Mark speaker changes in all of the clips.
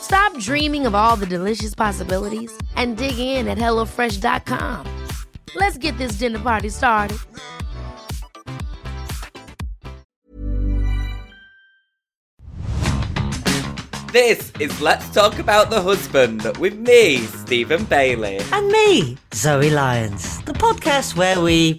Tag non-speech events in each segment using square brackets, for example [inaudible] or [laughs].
Speaker 1: Stop dreaming of all the delicious possibilities and dig in at HelloFresh.com. Let's get this dinner party started.
Speaker 2: This is Let's Talk About the Husband with me, Stephen Bailey.
Speaker 3: and me, Zoe Lyons. The podcast where we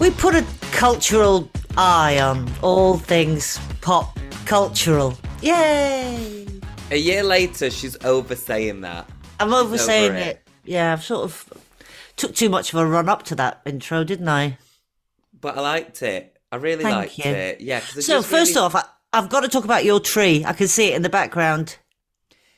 Speaker 3: we put a cultural eye on all things pop cultural. Yay!
Speaker 2: A year later, she's over saying that.
Speaker 3: I'm over saying
Speaker 2: over it.
Speaker 3: it. Yeah, I've sort of took too much of a run up to that intro, didn't I?
Speaker 2: But I liked it. I really
Speaker 3: Thank
Speaker 2: liked
Speaker 3: you.
Speaker 2: it. Yeah. 'cause I
Speaker 3: So
Speaker 2: just
Speaker 3: first
Speaker 2: really-
Speaker 3: off, I, I've got to talk about your tree. I can see it in the background.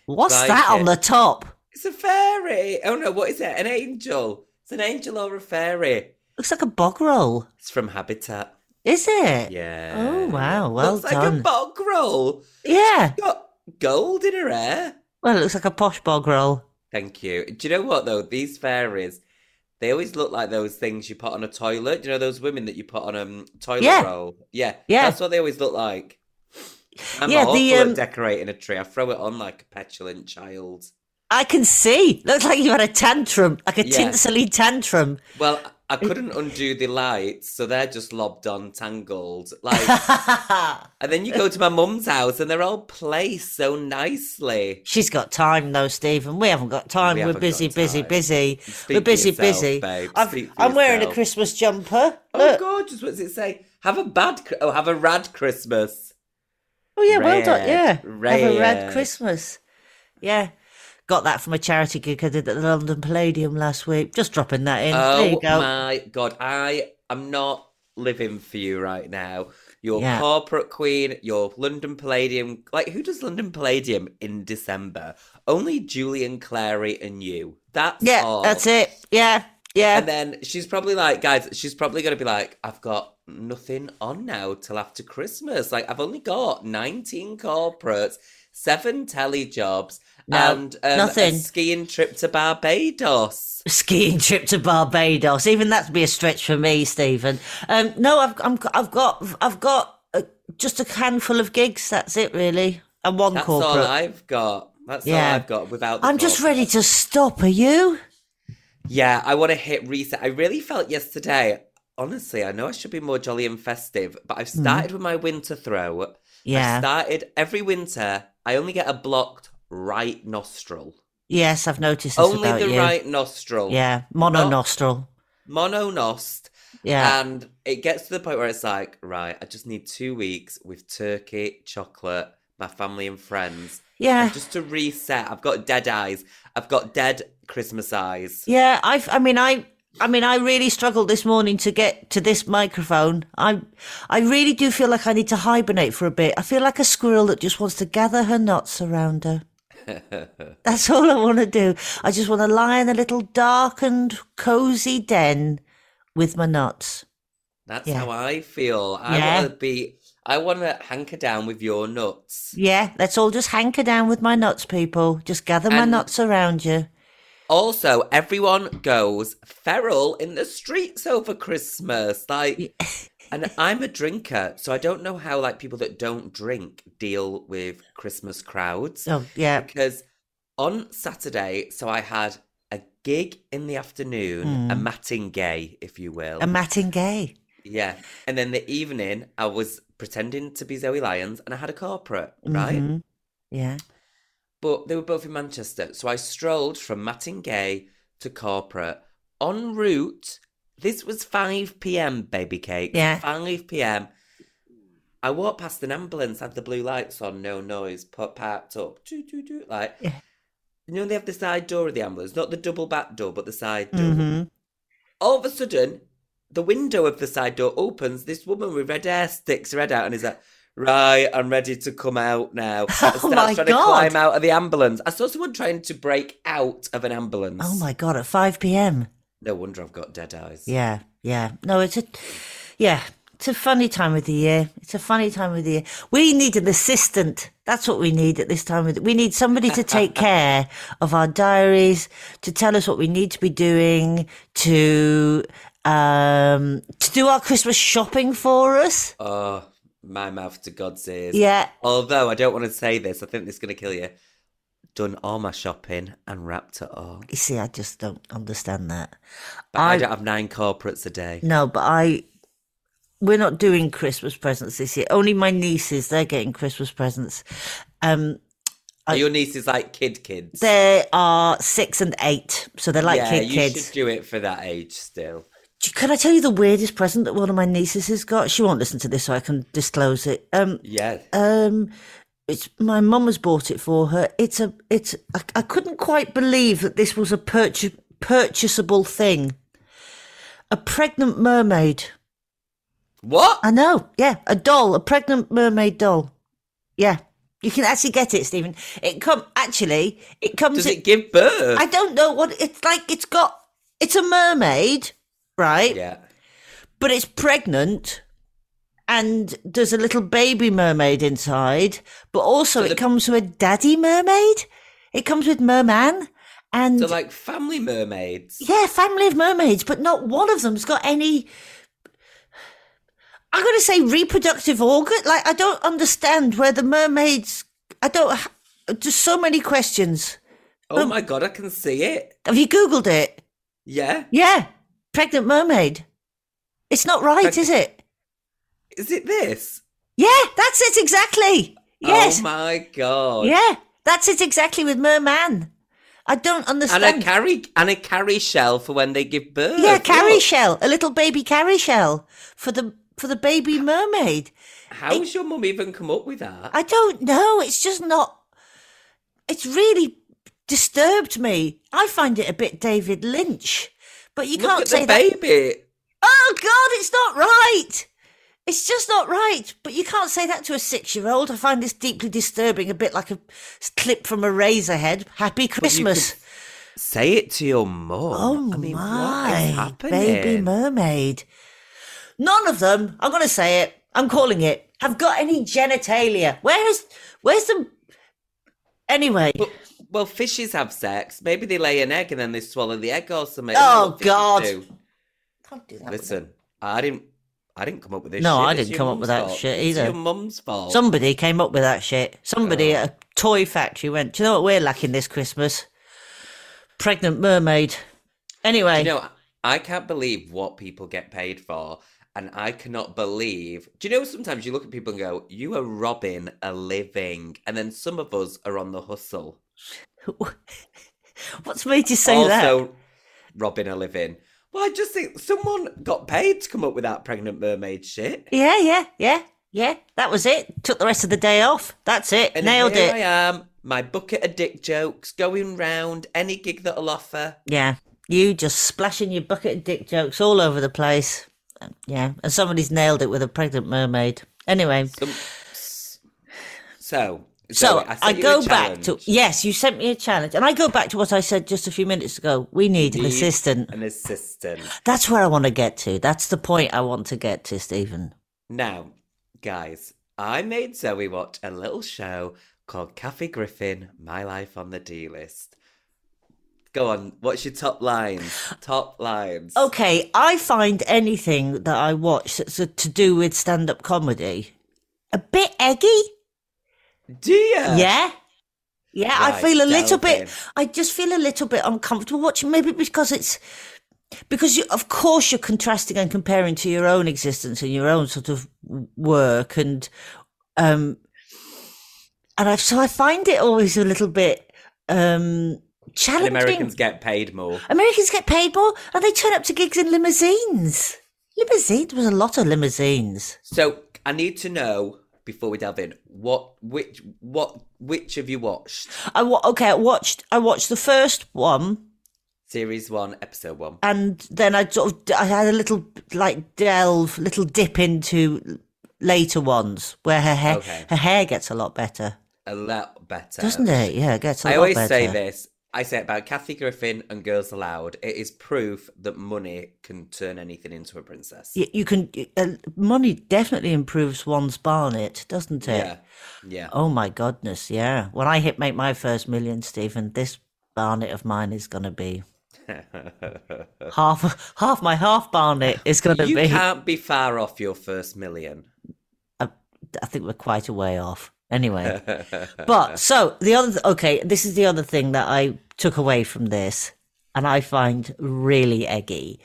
Speaker 3: What's
Speaker 2: Like
Speaker 3: that
Speaker 2: it.
Speaker 3: on the top?
Speaker 2: it's a fairy. Oh no, what is it? An angel? It's an angel or a fairy?
Speaker 3: Looks like a bog roll.
Speaker 2: It's from Habitat.
Speaker 3: Is it?
Speaker 2: Yeah.
Speaker 3: Oh wow! Well
Speaker 2: Looks
Speaker 3: done.
Speaker 2: like a bog roll.
Speaker 3: yeah.
Speaker 2: Got gold in her hair.
Speaker 3: Well, it looks like a posh bog roll.
Speaker 2: Thank you. Do you know what though? These fairies, they always look like those things you put on a toilet. Do you know those women that you put on a um, toilet
Speaker 3: Yeah.
Speaker 2: roll? Yeah,
Speaker 3: Yeah.
Speaker 2: That's what they always look like. I'm
Speaker 3: Yeah, the,
Speaker 2: awful
Speaker 3: um,
Speaker 2: at decorating a tree. I throw it on like a petulant child.
Speaker 3: I can see. Looks like you had a tantrum, like a
Speaker 2: Yeah.
Speaker 3: tinselly tantrum.
Speaker 2: Well, I I couldn't undo the lights, so they're just lobbed on, tangled.
Speaker 3: [laughs]
Speaker 2: Like,
Speaker 3: She's
Speaker 2: and then you go to my mum's house, and they're all placed so nicely.
Speaker 3: got time though, Stephen. We haven't got time.
Speaker 2: We
Speaker 3: We
Speaker 2: haven't
Speaker 3: are busy,
Speaker 2: got
Speaker 3: busy,
Speaker 2: time.
Speaker 3: busy.
Speaker 2: Speak for
Speaker 3: We're busy,
Speaker 2: yourself,
Speaker 3: busy.
Speaker 2: babe.
Speaker 3: I've-
Speaker 2: Speak for
Speaker 3: I'm wearing a
Speaker 2: yourself.
Speaker 3: Christmas jumper.
Speaker 2: Oh,
Speaker 3: Look.
Speaker 2: gorgeous! What does it say? Have a bad, Chri- oh, have a rad Christmas.
Speaker 3: Oh yeah, well done. Yeah,
Speaker 2: Red,
Speaker 3: have
Speaker 2: red.
Speaker 3: a red Christmas. Yeah, got that from a charity gig I did at the London Palladium last week. Just dropping that in. there
Speaker 2: Oh
Speaker 3: you go.
Speaker 2: my god, I am not living for you right now. Your
Speaker 3: Yeah.
Speaker 2: corporate queen, your London Palladium. Like, who does London Palladium in December? Only Julian Clary and you. That's
Speaker 3: yeah,
Speaker 2: all.
Speaker 3: that's it. Yeah, yeah.
Speaker 2: And then she's probably like, guys, she's probably going to be like, I've got nothing on now till after Christmas. Like, I've only got 19 corporates, seven telly jobs,
Speaker 3: No,
Speaker 2: and um,
Speaker 3: nothing.
Speaker 2: a skiing trip to Barbados.
Speaker 3: skiing trip to Barbados. Even that'd be a stretch for me, Stephen. Um, no, I've I'm, I've got I've got uh, just a handful of gigs. That's it, really, and one
Speaker 2: That's all
Speaker 3: corporate. I-
Speaker 2: I've got. That's all
Speaker 3: Yeah.
Speaker 2: I've got without. the
Speaker 3: am just
Speaker 2: corporate.
Speaker 3: ready to stop. Are you?
Speaker 2: Yeah, I want to hit reset. I really felt yesterday. Honestly, I know I should be more jolly and festive, but I've started with my winter throw. I
Speaker 3: Hmm. Yeah.
Speaker 2: started every winter. I only get a blocked right nostril.
Speaker 3: yes, I've noticed this
Speaker 2: Only
Speaker 3: about
Speaker 2: the
Speaker 3: you.
Speaker 2: right nostril.
Speaker 3: Yeah, mono nostril.
Speaker 2: Mononost.
Speaker 3: Yeah.
Speaker 2: And it gets to the point where it's like, right, I just need two weeks with turkey, chocolate, my family and friends.
Speaker 3: Yeah.
Speaker 2: And just to reset, I've got dead eyes. I've got dead Christmas eyes.
Speaker 3: Yeah, I I mean I I mean I really struggled this morning to get to this microphone. I I really do feel like I need to hibernate for a bit. I feel like a squirrel that just wants to gather her nuts around her. That's all I want to do. I just want to lie in a little darkened, cozy den with my nuts.
Speaker 2: That's
Speaker 3: Yeah.
Speaker 2: how I feel. I
Speaker 3: Yeah.
Speaker 2: want to be. I want to hanker down with your nuts.
Speaker 3: Yeah, let's all just hanker down with my nuts, people. Just gather my
Speaker 2: And-
Speaker 3: nuts around you.
Speaker 2: Also, everyone goes feral in the streets over Christmas. Like, and I'm a drinker, so I don't know how like people that don't drink deal with Christmas crowds.
Speaker 3: Oh yeah.
Speaker 2: Because on Saturday, so I had a gig in the afternoon, a mattingay, if you will.
Speaker 3: Hmm. A mattingay.
Speaker 2: Yeah. And then the evening, I
Speaker 3: Mm-hmm.
Speaker 2: was pretending to be Zoe Lyons and I had a corporate, right?
Speaker 3: Mhm. Yeah.
Speaker 2: but they were both in Manchester. So I strolled from Mattingay to corporate. En route, this was 5 p.m., baby cake.
Speaker 3: Yeah.
Speaker 2: 5 p.m. I walked past an ambulance, had the blue lights on, no noise, put parked up. Doo, doo, doo, like,
Speaker 3: Yeah.
Speaker 2: you know, they have the side door of the ambulance, not the double back door, but the side door.
Speaker 3: hmm
Speaker 2: All of a sudden, the window of the side door opens. This woman with red hair sticks her head out and is like, Right, I'm ready to come out now. And
Speaker 3: [laughs] Oh my
Speaker 2: trying to
Speaker 3: God.
Speaker 2: climb out of the ambulance. I saw someone trying to break out of an ambulance.
Speaker 3: Oh my god! At five p.m.
Speaker 2: No wonder I've got dead eyes.
Speaker 3: Yeah, yeah. No, it's a, yeah, it's a funny time of the year. It's a funny time of the year. We need an assistant. That's what we need at this time of. The, we need somebody to
Speaker 2: [laughs]
Speaker 3: take care of our diaries, to tell us what we need to be doing, to um to do our Christmas shopping for us.
Speaker 2: Oh, my mouth to God's ears.
Speaker 3: Yeah.
Speaker 2: Although I don't want to say this, I think this is going to kill you. Done all my shopping and wrapped it all.
Speaker 3: You see, I just don't understand that.
Speaker 2: But I,
Speaker 3: I-
Speaker 2: don't have nine corporates a day.
Speaker 3: No, but I. We're not doing Christmas presents this year. Only my nieces, they're getting Christmas presents. Um,
Speaker 2: Are your nieces like kid kids?
Speaker 3: They are six and eight, so they're like
Speaker 2: yeah,
Speaker 3: kid
Speaker 2: you
Speaker 3: kids.
Speaker 2: should do it for that age still.
Speaker 3: Do- Can I tell you the weirdest present that one of my nieces has got? She won't listen to this, so I can disclose it. Um,
Speaker 2: Yeah.
Speaker 3: um, it's my mum has bought it for her. It's a, it's. I, I couldn't quite believe that this was a purchase, purchasable thing. A pregnant mermaid.
Speaker 2: What?
Speaker 3: I know. Yeah, a doll, a pregnant mermaid doll. Yeah, you can actually get it, Stephen. It come actually. It comes.
Speaker 2: Does
Speaker 3: in-
Speaker 2: it give birth?
Speaker 3: I don't know what it's like. It's got it's a mermaid, right?
Speaker 2: Yeah.
Speaker 3: But it's pregnant, and there's a little baby mermaid inside. But also,
Speaker 2: the-
Speaker 3: it comes with a daddy mermaid. It comes with merman, and
Speaker 2: So like family mermaids.
Speaker 3: yeah, family of mermaids. But not one of them's got any. I'm gonna say reproductive organ. Like I don't understand where the mermaids. I don't. ha- Just so many questions.
Speaker 2: Oh my god, I can see it.
Speaker 3: Have you googled it?
Speaker 2: Yeah.
Speaker 3: Yeah, pregnant mermaid. It's not right,
Speaker 2: Preg-
Speaker 3: is it?
Speaker 2: Is it this?
Speaker 3: Yeah, that's it exactly. Yes.
Speaker 2: Oh my god.
Speaker 3: yeah, that's it exactly with merman. I don't
Speaker 2: And
Speaker 3: understand.
Speaker 2: a carry and a carry shell for when they give birth.
Speaker 3: yeah, carry
Speaker 2: Look.
Speaker 3: shell, a little baby carry shell for the for the baby mermaid.
Speaker 2: How has your mum even come up with that?
Speaker 3: I don't know. It's just not. It's really disturbed me. I find it a bit David Lynch, but you
Speaker 2: Look
Speaker 3: can't
Speaker 2: at
Speaker 3: say
Speaker 2: the
Speaker 3: that.
Speaker 2: baby.
Speaker 3: Oh God, it's not right. It's just not right. But you can't say that to a six-year-old. I find this deeply disturbing. A bit like a s- clip from a Razorhead. Happy
Speaker 2: you
Speaker 3: Christmas.
Speaker 2: could Say it to your mum.
Speaker 3: Oh
Speaker 2: I mean,
Speaker 3: my,
Speaker 2: what is happening?
Speaker 3: baby mermaid. None of them. I'm going to say it. I'm calling it. Have got any genitalia? Where is? Where's the? Anyway.
Speaker 2: But- well, fishes have sex. Maybe they lay an egg and then they swallow the egg or something.
Speaker 3: Oh,
Speaker 2: I don't know what fishes
Speaker 3: God.
Speaker 2: do.
Speaker 3: Can't do that with it.
Speaker 2: Listen, I didn't. I didn't come up with this.
Speaker 3: No,
Speaker 2: shit.
Speaker 3: I
Speaker 2: It's
Speaker 3: didn't
Speaker 2: your
Speaker 3: come up
Speaker 2: mum's
Speaker 3: with that
Speaker 2: fault.
Speaker 3: shit
Speaker 2: It's
Speaker 3: either.
Speaker 2: your mum's fault.
Speaker 3: Oh. Somebody came up with that shit. Somebody
Speaker 2: Oh.
Speaker 3: at a toy factory went, Do you know what we're lacking this Christmas? Pregnant mermaid. Anyway,
Speaker 2: You know, I can't believe what people get paid for, and I cannot believe. Do you know sometimes you look at people and go, "You are robbing a living," and then some of us are on the hustle,
Speaker 3: what's made you say that?
Speaker 2: also robbing a living. Well, I just think someone got paid to come up with that pregnant mermaid shit.
Speaker 3: Yeah, yeah, yeah, yeah. That was it. Took the rest of the day off. That's it.
Speaker 2: And
Speaker 3: Nailed
Speaker 2: here
Speaker 3: it.
Speaker 2: I am, my bucket of dick jokes going round any gig that'll offer.
Speaker 3: Yeah. You just splashing your bucket of dick jokes all over the place. Um, Yeah. And somebody's nailed it with a pregnant mermaid. Anyway.
Speaker 2: [sighs] Some- So,
Speaker 3: So
Speaker 2: Um, Zoe,
Speaker 3: I,
Speaker 2: sent you a
Speaker 3: go back to
Speaker 2: challenge.
Speaker 3: yes, you sent me a challenge, and I go back to what I said just a few minutes ago. We need an
Speaker 2: Need
Speaker 3: assistant.
Speaker 2: An assistant.
Speaker 3: That's where I want to get to. That's the point I want to get to, Stephen.
Speaker 2: Now, guys, I made Zoe watch a little show called Kathy Griffin My Life on the D List. Go on, what's your top lines? Top lines.
Speaker 3: Oh, Okay, I find anything that I watch that's a, to do with stand up comedy a bit eggy.
Speaker 2: Dear!
Speaker 3: Yeah. Yeah, I
Speaker 2: Right,
Speaker 3: feel a little
Speaker 2: delve
Speaker 3: bit.
Speaker 2: in.
Speaker 3: I just feel a little bit uncomfortable watching. Maybe because it's because you, of course, you're contrasting and comparing to your own existence and your own sort of work and um and I've, so I find it always a little bit um,
Speaker 2: And
Speaker 3: challenging.
Speaker 2: Americans get paid more.
Speaker 3: Americans get paid more, and they turn up to gigs in limousines. Limousines there was a lot of limousines.
Speaker 2: So I need to know before we delve in what which what which have you watched?
Speaker 3: I wa- okay, I watched I watched the first one,
Speaker 2: Series one, episode one.
Speaker 3: and then I sort of I had a little like delve, little dip into later ones where her hair
Speaker 2: Okay.
Speaker 3: her hair gets a lot better,
Speaker 2: A lot better.
Speaker 3: doesn't it? Yeah, it gets a
Speaker 2: I
Speaker 3: lot
Speaker 2: always
Speaker 3: better.
Speaker 2: say this. I say it about Kathy Griffin and Girls Aloud. It is proof that money can turn anything into a princess.
Speaker 3: You, you can uh, money definitely improves one's barnet, doesn't it?
Speaker 2: Yeah. Yeah.
Speaker 3: Oh my goodness, yeah. When I hit make my first million, Stephen, this barnet of mine is
Speaker 2: [laughs]
Speaker 3: gonna be half half my half barnet is gonna
Speaker 2: you
Speaker 3: be.
Speaker 2: can't be far off your first million.
Speaker 3: I think we're quite a way off.
Speaker 2: [laughs]
Speaker 3: Anyway, but so the other th- okay, this is the other thing that I took away from this, and I find really eggy.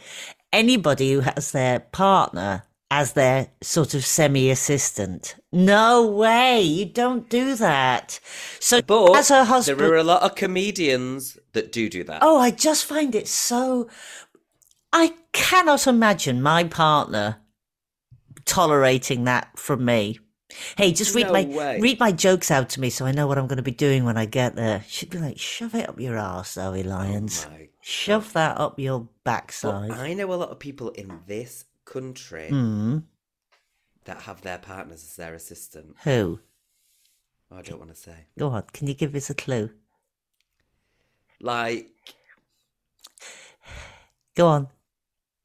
Speaker 3: Anybody who has their partner as their sort of semi assistant, no way, you don't do that. So
Speaker 2: But
Speaker 3: as her husband,
Speaker 2: there are a lot of comedians that do do that.
Speaker 3: Oh, I just find it so. I cannot imagine my partner tolerating that from me. Hey, just read
Speaker 2: No
Speaker 3: my
Speaker 2: way.
Speaker 3: read my jokes out to me so I know what I'm going to be doing when I get there. She'd be like, "Shove it up your arse, Zoe Lyons.
Speaker 2: Oh, My-
Speaker 3: Shove that up your
Speaker 2: But
Speaker 3: backside."
Speaker 2: I know a lot of people in this country
Speaker 3: Hmm.
Speaker 2: that have their partners as their assistant.
Speaker 3: Who?
Speaker 2: Oh, I don't want to say.
Speaker 3: Go on. Can you give us a clue?
Speaker 2: Like
Speaker 3: Go on.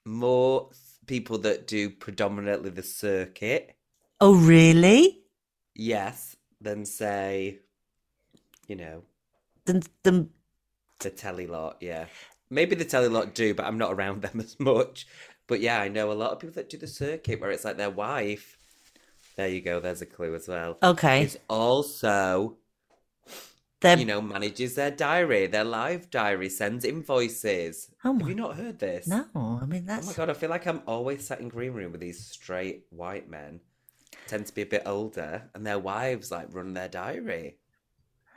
Speaker 2: more people that do predominantly the circuit,
Speaker 3: Oh, really?
Speaker 2: yes, than say, you know,
Speaker 3: Then, then
Speaker 2: the telly lot. Yeah, maybe the telly lot do, but I'm not around [laughs] them as much. But yeah, I know a lot of people that do the circuit where it's like their wife. There you go. There's a clue as well.
Speaker 3: okay.
Speaker 2: It's also
Speaker 3: They're
Speaker 2: you know, manages their diary, their live diary, sends invoices.
Speaker 3: Oh
Speaker 2: Have
Speaker 3: my-
Speaker 2: you not heard this?
Speaker 3: no. I mean,
Speaker 2: Oh my
Speaker 3: that's
Speaker 2: god, I feel like I'm always sat in green room with these straight white men, tend to be a bit older, and their wives like run their diary.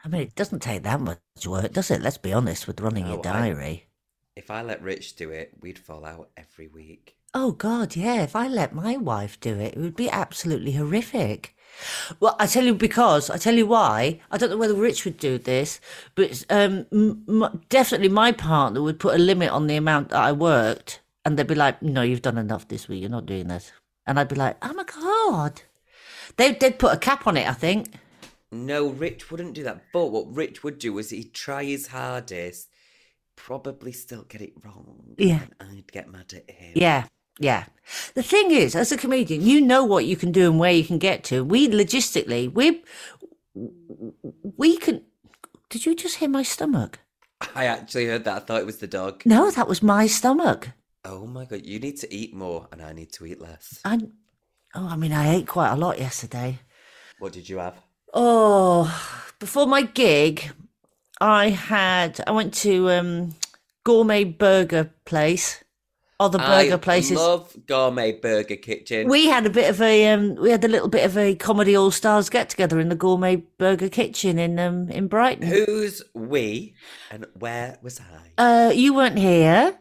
Speaker 3: I mean, it doesn't take that much work, does it? Let's be honest with running
Speaker 2: No, I-
Speaker 3: your diary.
Speaker 2: If I let Rich do it, we'd fall out every week.
Speaker 3: Oh, God, yeah. If I let my wife do it, it would be absolutely horrific. Well, I tell you because, I tell you why. I don't know whether Rich would do this, but um, m- m- definitely my partner would put a limit on the amount that I worked. And they'd be like, no, you've done enough this week. You're not doing this. And I'd be like, oh, my God. They did put a cap on it, I think.
Speaker 2: No, Rich wouldn't do that. But what Rich would do is he'd try his hardest, probably still get it wrong.
Speaker 3: Yeah.
Speaker 2: and I'd get mad at him.
Speaker 3: Yeah, yeah. The thing is, as a comedian, you know what you can do and where you can get to. We logistically, we we can. Did you just hear my stomach?
Speaker 2: I actually heard that. I thought it was the dog.
Speaker 3: No, that was my stomach.
Speaker 2: Oh my god, you need to eat more, and I need to eat less.
Speaker 3: I, oh, I mean, I ate quite a lot yesterday.
Speaker 2: What did you have?
Speaker 3: Oh, before my gig, I had I went to um gourmet burger place, other burger
Speaker 2: I
Speaker 3: places.
Speaker 2: love gourmet burger kitchen.
Speaker 3: We had a bit of a um, we had a little bit of a comedy all stars get together in the gourmet burger kitchen in um in Brighton.
Speaker 2: Who's we and where was I?
Speaker 3: Uh, you weren't here.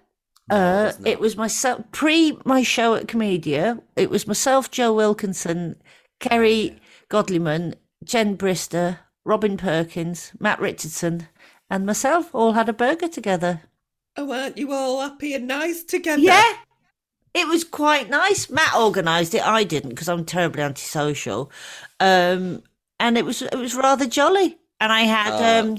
Speaker 2: No, I
Speaker 3: uh,
Speaker 2: was not.
Speaker 3: it was myself pre my show at Comedia. It was myself, Joe Wilkinson,
Speaker 2: Oh,
Speaker 3: Kerry Godleyman, Jen Brister, Robin Perkins, Matt Richardson, and myself all had a burger together.
Speaker 2: Oh, aren't you all happy and nice together?
Speaker 3: Yeah. It was quite nice. Matt organised it. I didn't because I'm terribly antisocial. Um, and it was it was rather jolly. And I had
Speaker 2: Ah.
Speaker 3: um,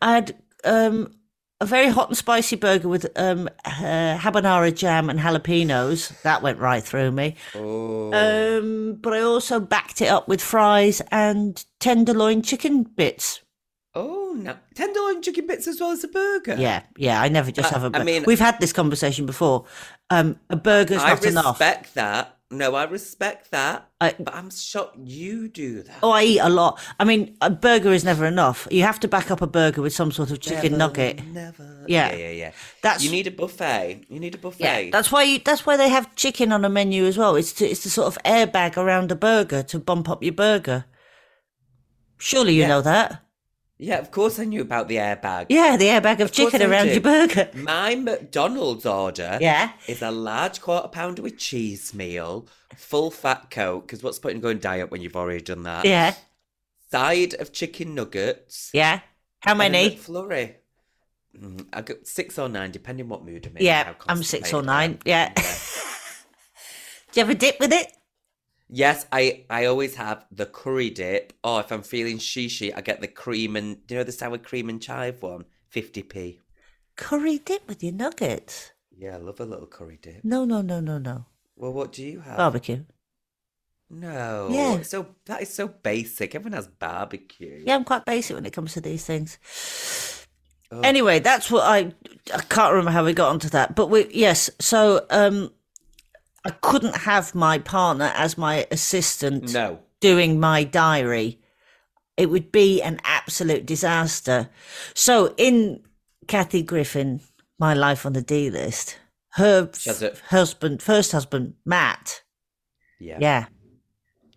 Speaker 3: I had um, a very hot and spicy burger with um, uh, habanero jam and jalapenos. That went right through me.
Speaker 2: Oh,
Speaker 3: Um, but I also backed it up with fries and tenderloin chicken bits.
Speaker 2: oh, no. tenderloin chicken bits as well as a burger.
Speaker 3: Yeah, yeah. I never just
Speaker 2: I-
Speaker 3: have a.
Speaker 2: Uh, I
Speaker 3: Bur-
Speaker 2: mean-
Speaker 3: We've had this conversation before. Um, a burger's
Speaker 2: I
Speaker 3: not enough.
Speaker 2: respect that. No, I respect that.
Speaker 3: I-
Speaker 2: but I'm shocked you do that.
Speaker 3: Oh, I eat a lot. I mean, a burger is never enough. You have to back up a burger with some sort of chicken
Speaker 2: Never,
Speaker 3: nugget.
Speaker 2: Never.
Speaker 3: Yeah.
Speaker 2: yeah, yeah. yeah.
Speaker 3: That's-
Speaker 2: you need a buffet. You need a
Speaker 3: Yeah,
Speaker 2: buffet.
Speaker 3: that's why you, that's why they have chicken on a menu as well. It's to, it's the sort of airbag around a burger to bump up your burger. Surely you
Speaker 2: Yeah.
Speaker 3: know that.
Speaker 2: Yeah, of course I knew about the airbag.
Speaker 3: Yeah, the airbag of,
Speaker 2: Of course
Speaker 3: chicken
Speaker 2: I
Speaker 3: around
Speaker 2: do.
Speaker 3: your
Speaker 2: [laughs]
Speaker 3: burger.
Speaker 2: My McDonald's order
Speaker 3: Yeah.
Speaker 2: is a large quarter pounder with cheese meal, full fat coke, because what's the point in going diet when you've already done that?
Speaker 3: Yeah.
Speaker 2: Side of chicken nuggets.
Speaker 3: Yeah. How
Speaker 2: and a
Speaker 3: many?
Speaker 2: McFlurry. Mm, I got six or nine, depending what mood I'm in. and
Speaker 3: Yeah,
Speaker 2: how
Speaker 3: I'm six
Speaker 2: constipated
Speaker 3: or
Speaker 2: I am.
Speaker 3: nine. Yeah. Do
Speaker 2: Yeah.
Speaker 3: you have a dip with it?
Speaker 2: Yes, I I always have the curry dip, or if I'm feeling shishi, I get the cream and you know the sour cream and chive one, fifty p.
Speaker 3: Curry dip with your nuggets.
Speaker 2: Yeah, I love a little curry dip.
Speaker 3: No, no, no, no, no.
Speaker 2: Well, what do you have?
Speaker 3: Barbecue.
Speaker 2: No,
Speaker 3: Yeah.
Speaker 2: it's so that is so basic. Everyone has barbecue.
Speaker 3: Yeah, I'm quite basic when it comes to these things.
Speaker 2: Oh,
Speaker 3: Anyway, that's what I I can't remember how we got onto that, but we yes, so um I couldn't have my partner as my assistant
Speaker 2: no,
Speaker 3: doing my diary. It would be an absolute disaster. So in Kathy Griffin, My Life on the D list, her
Speaker 2: She has a-
Speaker 3: husband, first husband, Matt,
Speaker 2: yeah,
Speaker 3: yeah.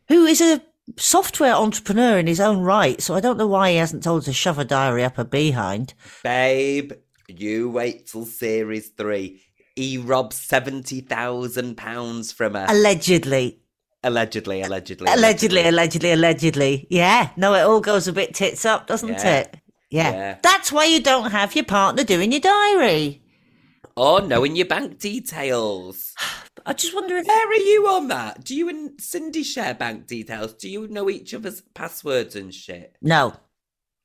Speaker 3: Who is a software entrepreneur in his own right. So I don't know why he hasn't told her to shove a diary up her behind.
Speaker 2: babe, you wait till series three. He robbed seventy thousand pounds from her.
Speaker 3: Allegedly.
Speaker 2: allegedly, Uh, allegedly,
Speaker 3: Allegedly, allegedly, allegedly. Yeah. No, it all goes a bit tits up, doesn't
Speaker 2: Yeah.
Speaker 3: it? Yeah.
Speaker 2: Yeah.
Speaker 3: That's why you don't have your partner doing your diary.
Speaker 2: or Oh, knowing your bank details.
Speaker 3: I just wonder if
Speaker 2: Where are you on that? Do you and Cindy share bank details? Do you know each other's passwords and shit?
Speaker 3: No.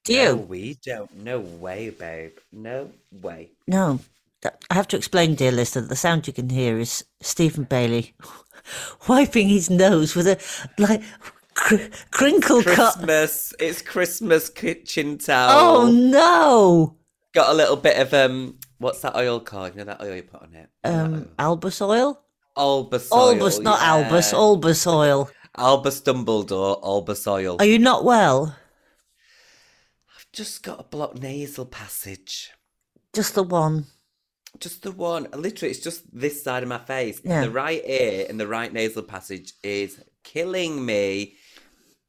Speaker 3: Do
Speaker 2: No,
Speaker 3: you?
Speaker 2: we don't. No way, babe. No way.
Speaker 3: No. Th- I have to explain, dear listener, that the sound you can hear is Stephen Bailey [laughs] wiping his nose with a like cr- crinkle cut.
Speaker 2: Christmas. It's Christmas kitchen towel.
Speaker 3: Oh no!
Speaker 2: Got a little bit of um. What's that oil called? You know that oil you put on it.
Speaker 3: Um, Albus oil?
Speaker 2: Albus.
Speaker 3: Albus,
Speaker 2: oil,
Speaker 3: not
Speaker 2: yeah.
Speaker 3: Albus. Albus oil.
Speaker 2: Albus Dumbledore. Albus oil.
Speaker 3: Are you not well?
Speaker 2: I've just got a blocked nasal passage.
Speaker 3: Just the one.
Speaker 2: Just the one. Literally, it's just this side of my face.
Speaker 3: Yeah.
Speaker 2: The right ear and the right nasal passage is killing me.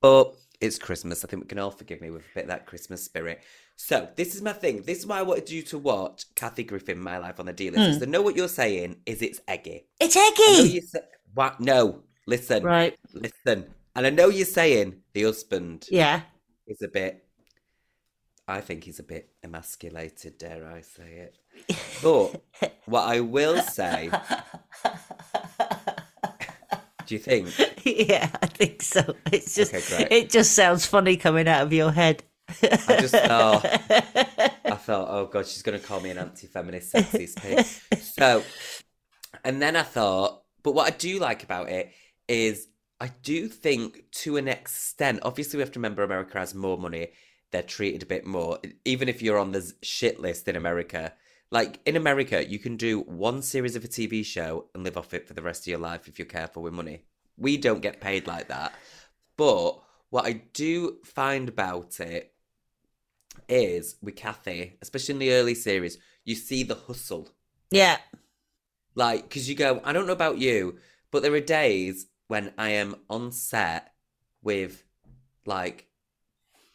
Speaker 2: But it's Christmas. I think we can all forgive me with a bit of that Christmas spirit. So this is my thing. This is why I wanted you to watch Kathy Griffin, My Life on the D list. 'cause
Speaker 3: Hmm.
Speaker 2: I know what you're saying is it's eggy.
Speaker 3: It's
Speaker 2: I know
Speaker 3: eggy.
Speaker 2: you sa- what? No, listen.
Speaker 3: Eh. Right.
Speaker 2: Listen. And I know you're saying the husband
Speaker 3: Yeah. [laughs]
Speaker 2: is a bit. I think he's a bit emasculated, dare I say it. But what I will say. do you think?
Speaker 3: Yeah, I think so. It's just
Speaker 2: Okay, great.
Speaker 3: it just sounds funny coming out of your head.
Speaker 2: I just thought. I thought, oh God, she's going to call me an anti feminist sexist pig. So, and then I thought, but what I do like about it is I do think to an extent, obviously, we have to remember America has more money. They're treated a bit more. Even if you're on the z- shit list in America, like in America, you can do one series of a TV show and live off it for the rest of your life if you're careful with money. We don't get paid like that. But what I do find about it is with Kathy, especially in the early series, you see the hustle.
Speaker 3: Yeah.
Speaker 2: Like, because you go, I don't know about you, but there are days when I am on set with like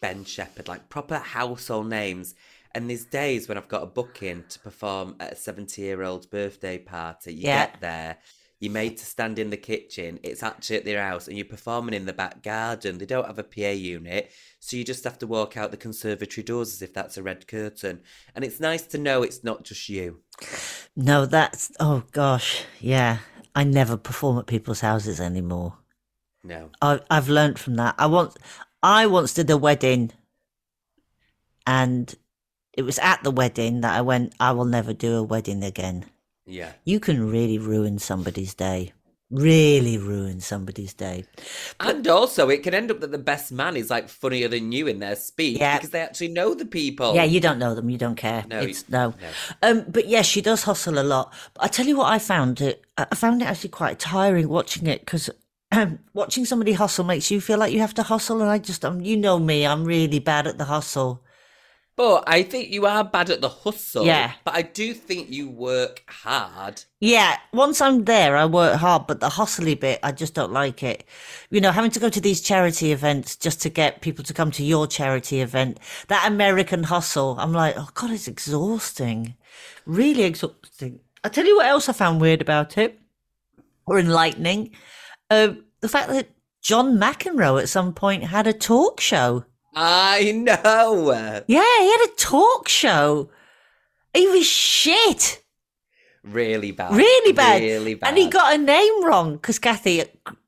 Speaker 2: Ben Shepherd, like proper household names. And there's days when I've got a booking to perform at a 70 year old's birthday party. You
Speaker 3: Yeah.
Speaker 2: get there, you're made to stand in the kitchen, it's actually at their house, and you're performing in the back garden. They don't have a PA unit, so you just have to walk out the conservatory doors as if that's a red curtain. And it's nice to know it's not just you.
Speaker 3: No, that's oh gosh. Yeah. I never perform at people's houses anymore.
Speaker 2: No.
Speaker 3: I I've learnt from that. I once I once did a wedding and it was at the wedding that I went, I will never do a wedding again.
Speaker 2: Yeah.
Speaker 3: You can really ruin somebody's day. Really ruin somebody's day.
Speaker 2: And also, it can end up that the best man is like funnier than you in their speech
Speaker 3: Yeah.
Speaker 2: because they actually know the people.
Speaker 3: Yeah, you don't know them. You don't care.
Speaker 2: Oh. No,
Speaker 3: it's,
Speaker 2: you-
Speaker 3: no.
Speaker 2: no.
Speaker 3: Um, but yes, she does hustle a lot. But I tell you what, I found it. I I found it actually quite tiring watching it because [clears throat] watching somebody hustle makes you feel like you have to hustle, and I just, um, you know me, I'm really bad at the hustle.
Speaker 2: But I think you are bad at the hustle.
Speaker 3: Yeah.
Speaker 2: But I do think you work hard.
Speaker 3: Yeah, once I'm there, I work hard, but the hustly bit, I just don't like it. You know, having to go to these charity events just to get people to come to your charity event, that American hustle, I'm like, oh God, it's exhausting. Really exhausting. I tell you what else I found weird about it, or enlightening, uh, the fact that John McEnroe at some point had a talk show.
Speaker 2: I know.
Speaker 3: Yeah, he had a talk show. He was shit.
Speaker 2: Really bad.
Speaker 3: Really bad.
Speaker 2: Really bad.
Speaker 3: And he got her name wrong because Kathy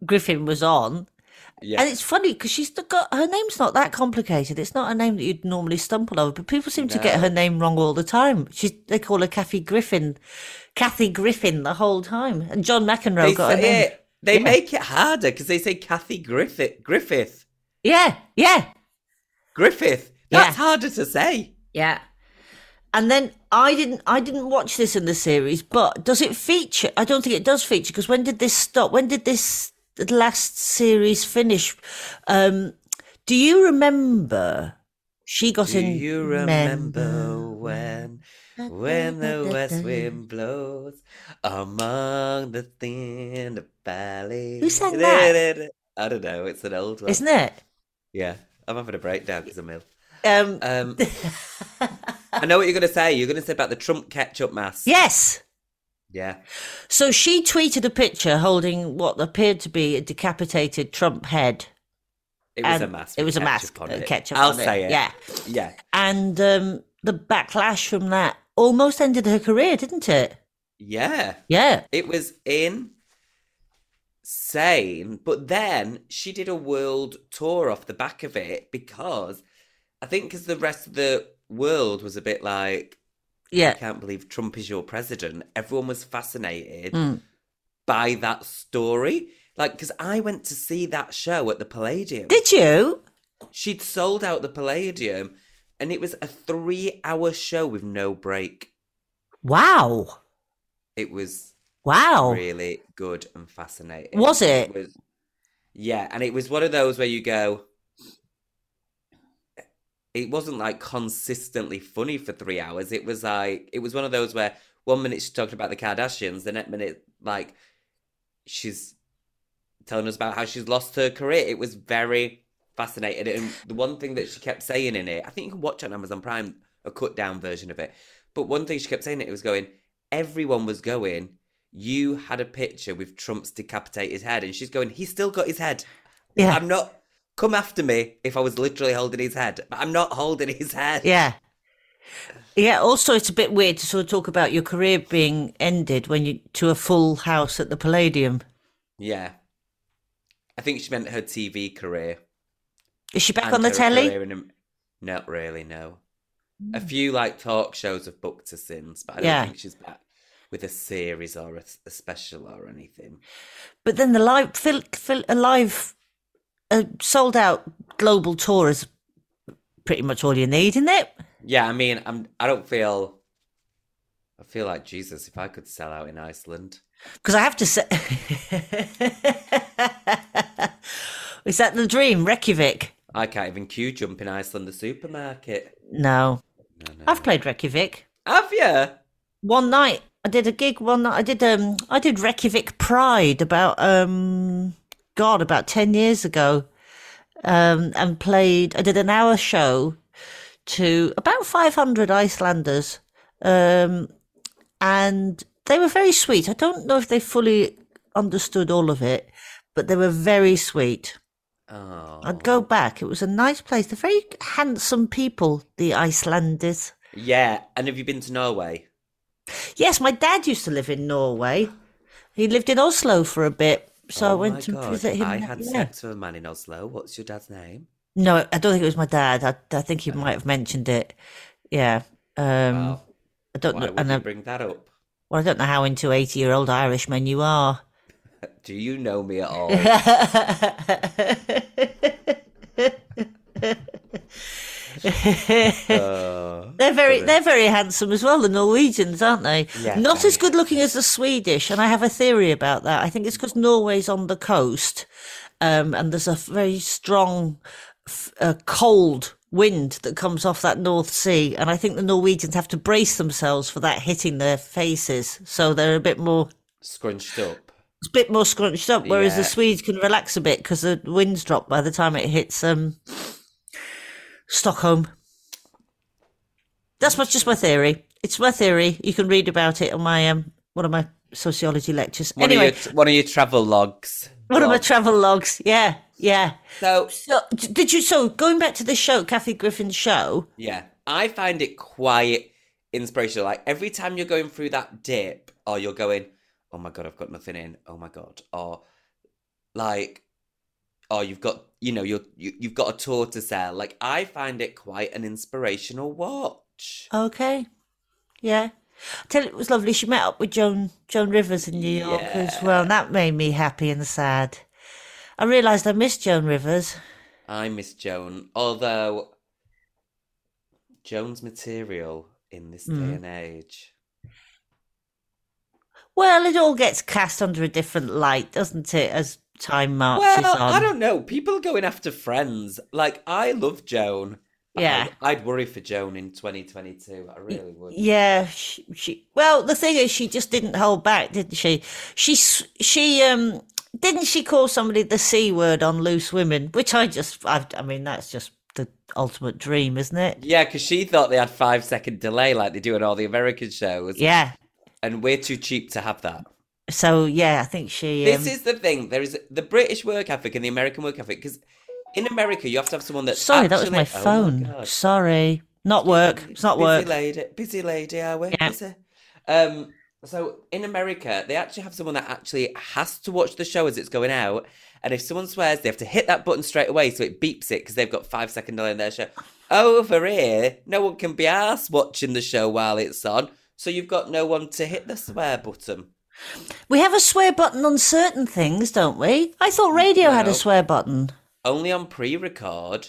Speaker 3: Griffin was on.
Speaker 2: Yeah.
Speaker 3: And it's funny because she's not got her name's not that complicated. It's not a name that you'd normally stumble over, but people seem to get
Speaker 2: No.
Speaker 3: her name wrong all the time. She's they call her Kathy Griffin, Kathy Griffin the whole time. And John McEnroe
Speaker 2: they
Speaker 3: got her
Speaker 2: say
Speaker 3: name.
Speaker 2: it. They
Speaker 3: Yeah.
Speaker 2: make it harder because they say Kathy Griffith. Griffith.
Speaker 3: Yeah, yeah.
Speaker 2: Griffith.
Speaker 3: Yeah.
Speaker 2: That's harder to say.
Speaker 1: Yeah.
Speaker 3: And then I didn't I didn't watch this in the series, but does it feature? I don't think it does feature because when did this stop? When did this the last series finish? Um, do you remember? She got
Speaker 2: Do
Speaker 3: in.
Speaker 2: you remember when, when the west wind blows among the thin valley?
Speaker 3: sang that?
Speaker 2: I don't know. It's an old one.
Speaker 3: Isn't it?
Speaker 2: Yeah, I'm having a breakdown because I'm ill.
Speaker 3: Um, [laughs]
Speaker 2: Um, I know what you're going to say. You're going to say about the Trump ketchup mask.
Speaker 3: yes.
Speaker 2: Yeah.
Speaker 3: So she tweeted a picture holding what appeared to be a decapitated Trump head.
Speaker 2: It was a
Speaker 3: And
Speaker 2: mask.
Speaker 3: Um, It
Speaker 2: with
Speaker 3: was a
Speaker 2: ketchup
Speaker 3: mask.
Speaker 2: on
Speaker 3: uh,
Speaker 2: it.
Speaker 3: Ketchup.
Speaker 2: I'll
Speaker 3: on
Speaker 2: say it.
Speaker 3: Yeah.
Speaker 2: Yeah.
Speaker 3: And um, the backlash from that almost ended her career, didn't it?
Speaker 2: Yeah.
Speaker 3: Yeah.
Speaker 2: It was insane. But then she did a world tour off the back of it because I think because the rest of the world was a bit like, I
Speaker 3: Yeah.
Speaker 2: can't believe Trump is your president. Everyone was fascinated
Speaker 3: Mm.
Speaker 2: by that story. Like, because I went to see that show at the Palladium.
Speaker 3: Did you?
Speaker 2: She'd sold out the Palladium and it was a three hour show with no break.
Speaker 3: Wow.
Speaker 2: It was
Speaker 3: Wow.
Speaker 2: really good and fascinating.
Speaker 3: Was it?
Speaker 2: was- yeah, and it was one of those where you go, it wasn't like consistently funny for three hours. It was like, it was one of those where one minute she talked about the Kardashians, the next minute, like, she's telling us about how she's lost her career. It was very fascinating. And the one thing that she kept saying in it, I think you can watch it on Amazon Prime, a cut down version of it. But one thing she kept saying, it was going, everyone was going, you had a picture with Trump's decapitated head. And she's going, he's still got his head.
Speaker 3: Yeah.
Speaker 2: I'm not, come after me if I was literally holding his head. But I'm not holding his head.
Speaker 3: Yeah. Yeah. Also, it's a bit weird to sort of talk about your career being ended when you to a full house at the Palladium.
Speaker 2: Yeah. I think she meant her TV career.
Speaker 3: Is she back
Speaker 2: and
Speaker 3: on the
Speaker 2: her
Speaker 3: telly?
Speaker 2: career in Am- Not really, no. A few like talk shows have booked her since, but I don't
Speaker 3: Yeah.
Speaker 2: think she's back with a series or a, a special or anything.
Speaker 3: But then the live, fil, fil, a live, uh, sold out global tour is pretty much all you need, isn't it?
Speaker 2: Yeah, I mean, I'm. I don't feel. I feel like Jesus if I could sell out in Iceland.
Speaker 3: Because I have to say, [laughs] is that the dream, Reykjavik?
Speaker 2: I can't even queue jump in Iceland, the supermarket.
Speaker 3: No,
Speaker 2: No, no.
Speaker 3: I've played Reykjavik.
Speaker 2: Have you?
Speaker 3: one night I did a gig one night I did um I did Reykjavik Pride about um god about 10 years ago um and played I did an hour show to about 500 Icelanders um and they were very sweet I don't know if they fully understood all of it but they were very sweet
Speaker 2: Oh,
Speaker 3: I'd go back it was a nice place they're very handsome people the Icelanders
Speaker 2: yeah. And have you been to Norway?
Speaker 3: Yes, my dad used to live in Norway. He lived in Oslo for a bit, so I
Speaker 2: Oh my
Speaker 3: went to
Speaker 2: God,
Speaker 3: visit him.
Speaker 2: I
Speaker 3: there,
Speaker 2: had
Speaker 3: yeah.
Speaker 2: sex with a man in Oslo. What's your dad's name?
Speaker 3: No, I don't think it was my dad. I, I think he might have mentioned it. Yeah. Um,
Speaker 2: Wow.
Speaker 3: I don't
Speaker 2: Oh, Why
Speaker 3: know.
Speaker 2: would
Speaker 3: And
Speaker 2: you
Speaker 3: I,
Speaker 2: bring that up?
Speaker 3: well, I don't know how into eighty-year-old Irishmen
Speaker 2: [laughs]
Speaker 3: you are. [laughs]
Speaker 2: Do you know me at all? Uh,
Speaker 3: They're very, they're very handsome as well. The Norwegians, aren't they?
Speaker 2: Yeah,
Speaker 3: Not
Speaker 2: very.
Speaker 3: as good looking as the Swedish, and I have a theory about that. I think it's because Norway's on the coast, um, and there's a very strong f- uh, cold wind that comes off that North Sea, and I think the Norwegians have to brace themselves for that hitting their faces, so they're a bit more
Speaker 2: Scrunched up.
Speaker 3: it's a bit more scrunched up, whereas the
Speaker 2: Yeah.
Speaker 3: Swedes can relax a bit because the wind's dropped by the time it hits um, Stockholm. That's my, just my theory. It's my theory. You can read about it on my um, one of my sociology lectures.
Speaker 2: One,
Speaker 3: anyway,
Speaker 2: of your, one of your travel logs.
Speaker 3: one of my
Speaker 2: Log.
Speaker 3: travel logs. Yeah, yeah.
Speaker 2: so
Speaker 3: So d- did you? So going back to the show, Kathy Griffin's show.
Speaker 2: Yeah, I find it quite inspirational. Like every time you're going through that dip, or you're going, "Oh my god, I've got nothing in." Oh my god, or like, or you've got, you know, you're you, you've got a tour to sell. Like I find it quite an inspirational watch.
Speaker 3: Okay, yeah. Tell it was lovely. She met up with Joan Joan Rivers in New York as well, and that made me happy and sad. I realised I missed Joan Rivers.
Speaker 2: I miss Joan, although Joan's material in this day
Speaker 3: Mm.
Speaker 2: and age.
Speaker 3: Well, it all gets cast under a different light, doesn't it? As time marches
Speaker 2: Well,
Speaker 3: on.
Speaker 2: I don't know. People going after friends. Like I love Joan. but
Speaker 3: Yeah.
Speaker 2: I'd, I'd worry for Joan in 2022. I really would.
Speaker 3: Yeah, she, she. Well, the thing is, she just didn't hold back, didn't she? She s- she um didn't she call somebody the c word on Loose Women, which I just I, I mean that's just the ultimate dream, isn't it?
Speaker 2: Yeah, because she thought they had five second delay like they do in all the American shows,
Speaker 3: Yeah.
Speaker 2: and we're too cheap to have that.
Speaker 3: So yeah, I think she.
Speaker 2: This
Speaker 3: um,
Speaker 2: is the thing. There is the British work ethic and the American work ethic. Because in America, you have to have someone that's
Speaker 3: Sorry, that was my
Speaker 2: actually- Oh
Speaker 3: phone.
Speaker 2: God.
Speaker 3: Sorry, not work. It's not work.
Speaker 2: Busy lady, busy lady, are we?
Speaker 3: Yeah.
Speaker 2: Busy. Um, so in America, they actually have someone that actually has to watch the show as it's going out, and if someone swears, they have to hit that button straight away so it beeps it because they've got five second delay in their show. Over here, no one can be asked watching the show while it's on, so you've got no one to hit the swear button.
Speaker 3: We have a swear button on certain things, don't we? I thought radio had a
Speaker 2: No.
Speaker 3: swear button.
Speaker 2: Only on pre-record.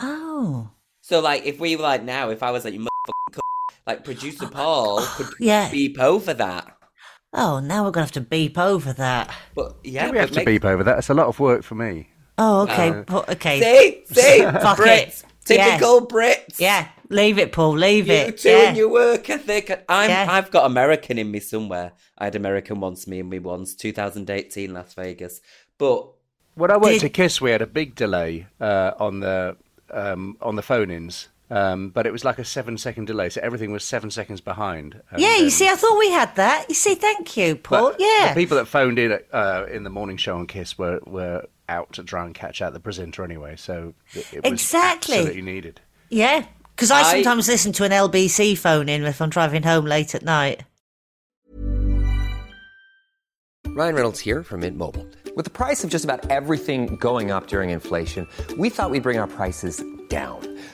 Speaker 3: Oh,
Speaker 2: So like, if we were like now, if I was like you motherfucking cunt," like producer Paul could
Speaker 3: Oh yeah.
Speaker 2: beep over that.
Speaker 3: Oh, now we're gonna have to beep over that.
Speaker 2: But yeah,
Speaker 4: Yeah, we
Speaker 2: but
Speaker 4: have to
Speaker 2: make-
Speaker 4: beep over that. It's a lot of work for me.
Speaker 3: Oh, okay.
Speaker 4: Uh,
Speaker 3: well, okay.
Speaker 2: See,
Speaker 3: [laughs]
Speaker 2: see,
Speaker 3: Fuck
Speaker 2: Brits,
Speaker 3: it. Yeah.
Speaker 2: typical Brits.
Speaker 3: Yeah, leave it, Paul. Leave
Speaker 2: you
Speaker 3: it.
Speaker 2: two
Speaker 3: Yeah.
Speaker 2: and your work ethic. and I'm,
Speaker 3: Yeah.
Speaker 2: I've got American in me somewhere. I had American once, me and me once, 2018, Las Vegas. But
Speaker 4: When I worked
Speaker 3: Did-
Speaker 4: at Kiss, we had a big delay uh, on the um, on the phone-ins, um, but it was like a seven-second delay, so everything was seven seconds behind. And,
Speaker 3: yeah, you
Speaker 4: um,
Speaker 3: see, I thought we had that. You see, thank you, Paul.
Speaker 4: but
Speaker 3: yeah.
Speaker 4: the people that phoned in uh, in the morning show on Kiss were were out to try and catch out the presenter anyway, so it, it was
Speaker 3: Exactly.
Speaker 4: absolutely needed.
Speaker 3: yeah. Because I
Speaker 2: I-
Speaker 3: sometimes listen to an LBC phone in if I'm driving home late at night.
Speaker 5: Ryan Reynolds here from Mint Mobile. With the price of just about everything going up during inflation, we thought we'd bring our prices down.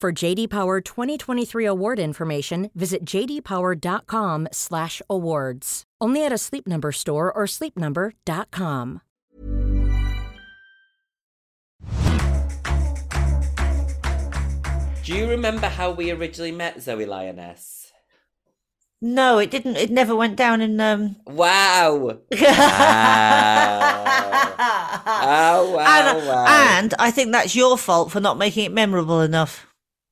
Speaker 6: For JD Power 2023 award information, visit jdpower.com/awards. Only at a Sleep Number store or sleepnumber.com.
Speaker 2: do you remember how we originally met Zoe Lioness?
Speaker 3: No, it didn't. It never went down in. Um... [laughs]
Speaker 2: Wow. Wow. Oh, wow,
Speaker 3: [laughs] and,
Speaker 2: wow.
Speaker 3: and I think that's your fault for not making it memorable enough.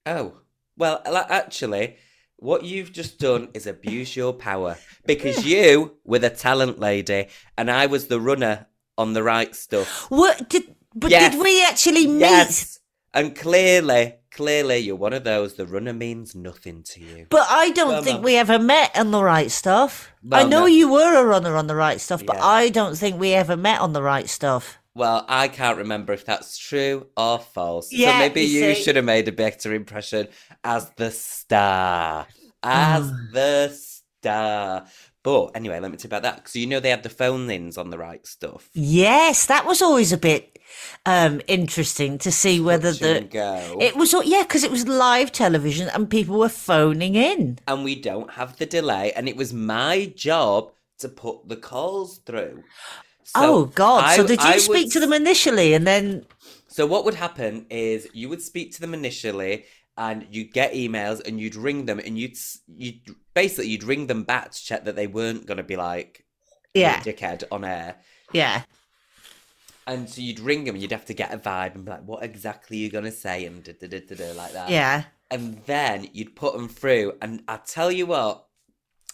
Speaker 2: Oh, well, la- actually, what you've just done is abuse your power
Speaker 3: [laughs]
Speaker 2: because you were the talent lady and I was the runner on the right stuff.
Speaker 3: What did? But
Speaker 2: Yes.
Speaker 3: did we actually meet?
Speaker 2: Yes. And clearly, clearly, you're one of those. The runner means nothing to you.
Speaker 3: But I don't
Speaker 2: Well,
Speaker 3: think
Speaker 2: no.
Speaker 3: we ever met on the right stuff. I
Speaker 2: Well,
Speaker 3: know
Speaker 2: no.
Speaker 3: you were a runner on the right stuff, but
Speaker 2: Yeah.
Speaker 3: I don't think we ever met on the right stuff.
Speaker 2: Well, I can't remember if that's true or false.
Speaker 3: Yeah,
Speaker 2: so maybe
Speaker 3: you
Speaker 2: you
Speaker 3: see.
Speaker 2: should have made a better impression as the star. As
Speaker 3: Ah.
Speaker 2: the star. But anyway, let me tell you about that. Because you know they had the phone ins on the right stuff.
Speaker 3: Yes, that was always a bit um interesting to see whether
Speaker 2: Touch and
Speaker 3: the
Speaker 2: go.
Speaker 3: it was all yeah because it was live television and people were phoning in.
Speaker 2: And we don't have the delay. And it was my job to put the calls through. So
Speaker 3: oh God!
Speaker 2: I-
Speaker 3: so did you
Speaker 2: I
Speaker 3: speak
Speaker 2: would
Speaker 3: to them initially and then?
Speaker 2: So what would happen is you would speak to them initially, and you'd get emails, and you'd ring them, and you'd s- you'd basically you'd ring them back to check that they weren't going to be like "You
Speaker 3: Yeah,
Speaker 2: dickhead on air.
Speaker 3: yeah.
Speaker 2: And so you'd ring them, and you'd have to get a vibe and be like, "What exactly are you going to say?" and da, da, da, da, da, like that.
Speaker 3: Yeah.
Speaker 2: And then you'd put them through, and I tell you what,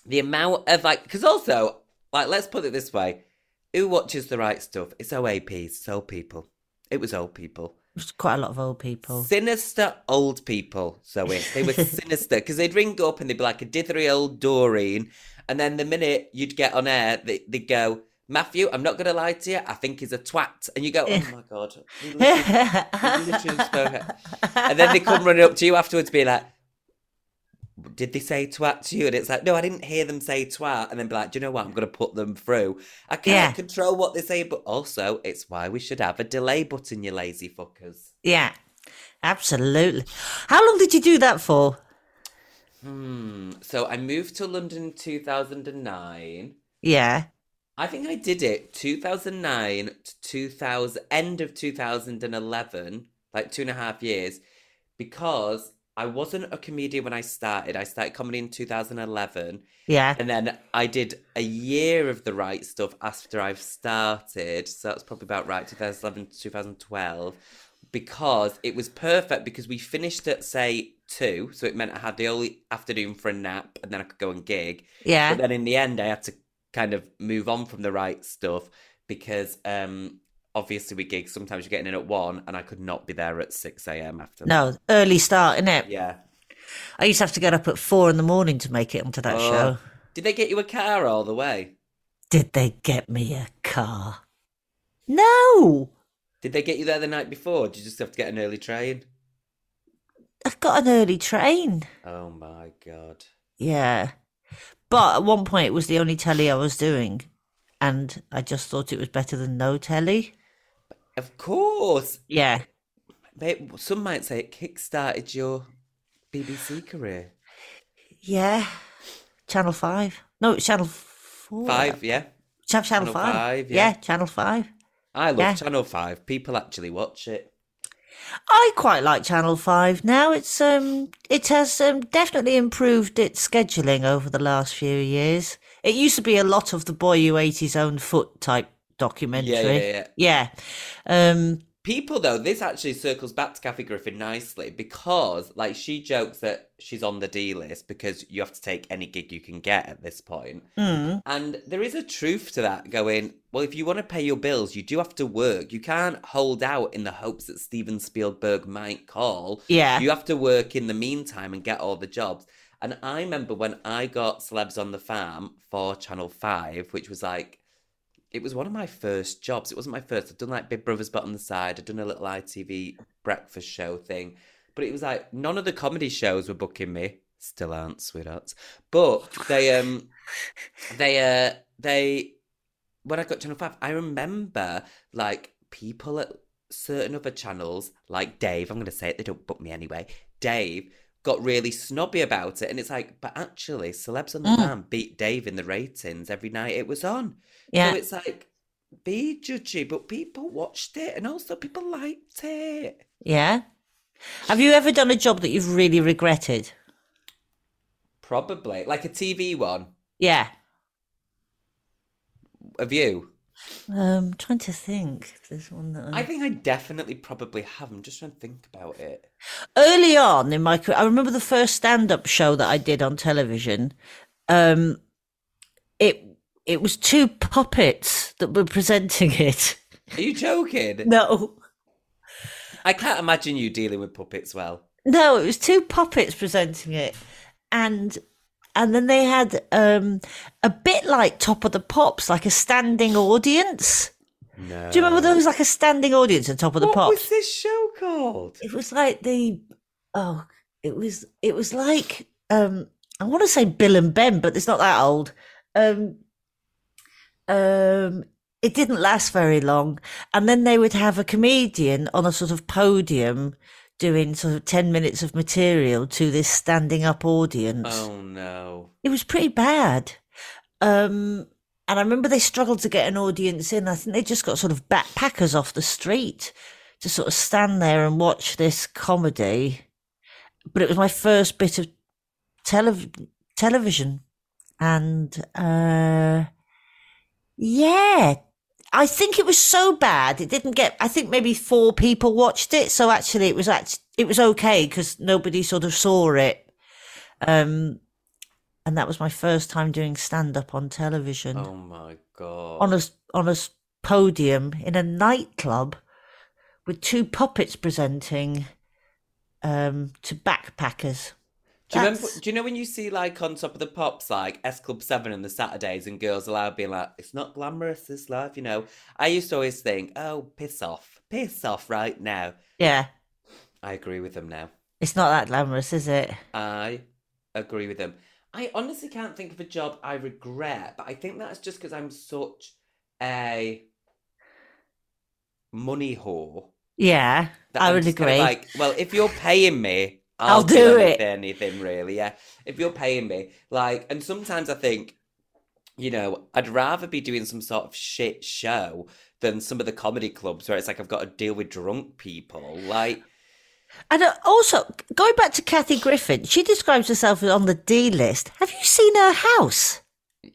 Speaker 2: the amount of like, because also like, let's put it this way: who watches the right stuff? It's OAPs, it's old people. It was old people.
Speaker 3: There's quite a lot of old people.
Speaker 2: Sinister old people, Zoe. They were sinister because they'd ring up and they'd be like a dithery old Doreen. And then the minute you'd get on air, they, they'd go, Matthew, I'm not going to lie to you. I think he's a twat. And you go, oh my God. we literally- we literally spoke it." and then they come running up to you afterwards being like, did they say twat to you? And it's like, no, I didn't hear them say twat. And then be like, do you know what? I'm going to put them through. I can't
Speaker 3: Yeah.
Speaker 2: control what they say, but also it's why we should have a delay button, you lazy fuckers.
Speaker 3: yeah, absolutely. How long did you do that for?
Speaker 2: So I moved to London in 2009.
Speaker 3: Yeah.
Speaker 2: I think I did it 2009 to 2000, end of 2011, like two and a half years, because I wasn't a comedian when I started. I started comedy in 2011.
Speaker 3: Yeah.
Speaker 2: And then I did a year of the right stuff after I've started. So that's probably about right, 2011 to 2012, because it was perfect because we finished at, say, two. So it meant I had the whole afternoon for a nap and then I could go and gig.
Speaker 3: Yeah.
Speaker 2: But then in the end, I had to kind of move on from the right stuff because um, obviously we gigs, sometimes you're getting in at one and I could not be there at 6 a.m. after.
Speaker 3: No, early start, innit?
Speaker 2: Yeah.
Speaker 3: I used to have to get up at four in the morning to make it onto that
Speaker 2: Oh.
Speaker 3: show.
Speaker 2: Did they get you a car all the way?
Speaker 3: Did they get me a car? No!
Speaker 2: Did they get you there the night before? Did you just have to get an early train?
Speaker 3: I got an early train.
Speaker 2: Oh my god.
Speaker 3: Yeah. But at one point, it was the only telly I was doing. And I just thought it was better than no telly.
Speaker 2: Of course.
Speaker 3: Yeah.
Speaker 2: Mate, Some might say it kickstarted your BBC career.
Speaker 3: Yeah. Channel 5. No, it's Channel 4.
Speaker 2: Five, yeah.
Speaker 3: Ch- Channel,
Speaker 2: Channel
Speaker 3: 5.
Speaker 2: five,
Speaker 3: yeah.
Speaker 2: yeah.
Speaker 3: Channel 5.
Speaker 2: I love
Speaker 3: Yeah.
Speaker 2: Channel 5. People actually watch it.
Speaker 3: I quite like Channel 5 now. It's um it has um definitely improved its scheduling over the last few years. It used to be a lot of the boy who ate his own foot type documentary.
Speaker 2: yeah,
Speaker 3: yeah. Yeah. Um
Speaker 2: People, though, this actually circles back to Kathy Griffin nicely because, like, she jokes that she's on the D list because you have to take any gig you can get at this point. And there is a truth to that going, well, if you want to pay your bills, you do have to work. You can't hold out in the hopes that Steven Spielberg might call.
Speaker 3: Yeah.
Speaker 2: You have to work in the meantime and get all the jobs. And I remember when I got Celebs on the Farm for Channel 5, which was like, it was one of my first jobs. It wasn't my first. I'd done like Big Brother's But on the Side. I'd done a little ITV breakfast show thing. But it was like none of the comedy shows were booking me. Still aren't, sweethearts. But they um they uh they when I got Channel Five, I remember like people at certain other channels, like Dave, I'm gonna say it, they don't book me anyway. Dave got really snobby about it, and it's like, but actually, Celebs on the Man beat Dave in the ratings every night it was on.
Speaker 3: Yeah.
Speaker 2: So it's like, be judgy, but people watched it, and also people liked it.
Speaker 3: yeah. Have you ever done a job that you've really regretted?
Speaker 2: Probably. Like a TV one.
Speaker 3: Yeah.
Speaker 2: Of you?
Speaker 3: Um, trying to think. if There's one that I...
Speaker 2: I think I definitely probably have. I'm just trying to think about it.
Speaker 3: early on in my career, I remember the first stand-up show that I did on television. Um, it it was two puppets that were
Speaker 2: [laughs]
Speaker 3: presenting it.
Speaker 2: Are you
Speaker 3: [laughs]
Speaker 2: joking?
Speaker 3: No,
Speaker 2: I can't imagine you dealing with puppets well.
Speaker 3: no, it was two puppets presenting it, and and then they had um a bit like Top of the Pops, like a standing audience.
Speaker 2: No.
Speaker 3: Do you remember there was like a standing audience on Top of the
Speaker 2: What
Speaker 3: Pops?
Speaker 2: was this show called?
Speaker 3: it was like the oh it was it was like um i want to say bill and ben but it's not that old um um it didn't last very long and then they would have a comedian on a sort of podium doing sort of 10 minutes of material to this standing up audience
Speaker 2: Oh no.
Speaker 3: it was pretty bad um and i remember they struggled to get an audience in i think they just got sort of backpackers off the street to sort of stand there and watch this comedy but it was my first bit of tele- television and uh yeah i think it was so bad it didn't get i think maybe four people watched it so actually it was act- it was okay because nobody sort of saw it um and that was my first time doing stand up on television
Speaker 2: Oh my god.
Speaker 3: on a s- on a s- podium in a nightclub with two puppets presenting um to backpackers.
Speaker 2: do you remember
Speaker 3: That's-
Speaker 2: do you know when you see like on top of the pops like S Club Seven on the Saturdays and girls allowed being like, It's not glamorous this life, you know? I used to always think, Oh, piss off. Piss off right now.
Speaker 3: Yeah,
Speaker 2: I agree with them now.
Speaker 3: it's not that glamorous, is it?
Speaker 2: I agree with them. I honestly can't think of a job I regret, but I think that's just because I'm such a money whore.
Speaker 3: Yeah,
Speaker 2: that
Speaker 3: I
Speaker 2: I'm
Speaker 3: would
Speaker 2: just kind of
Speaker 3: agree.
Speaker 2: like, well, if you're paying me, I'll,
Speaker 3: I'll do
Speaker 2: any-
Speaker 3: it.
Speaker 2: Anything really, yeah. If you're paying me, like, and sometimes I think, you know, I'd rather be doing some sort of shit show than some of the comedy clubs where it's like I've got to deal with drunk people. Like,
Speaker 3: And uh, also going back to Kathy Griffin, she describes herself as on the D list. Have you seen her house?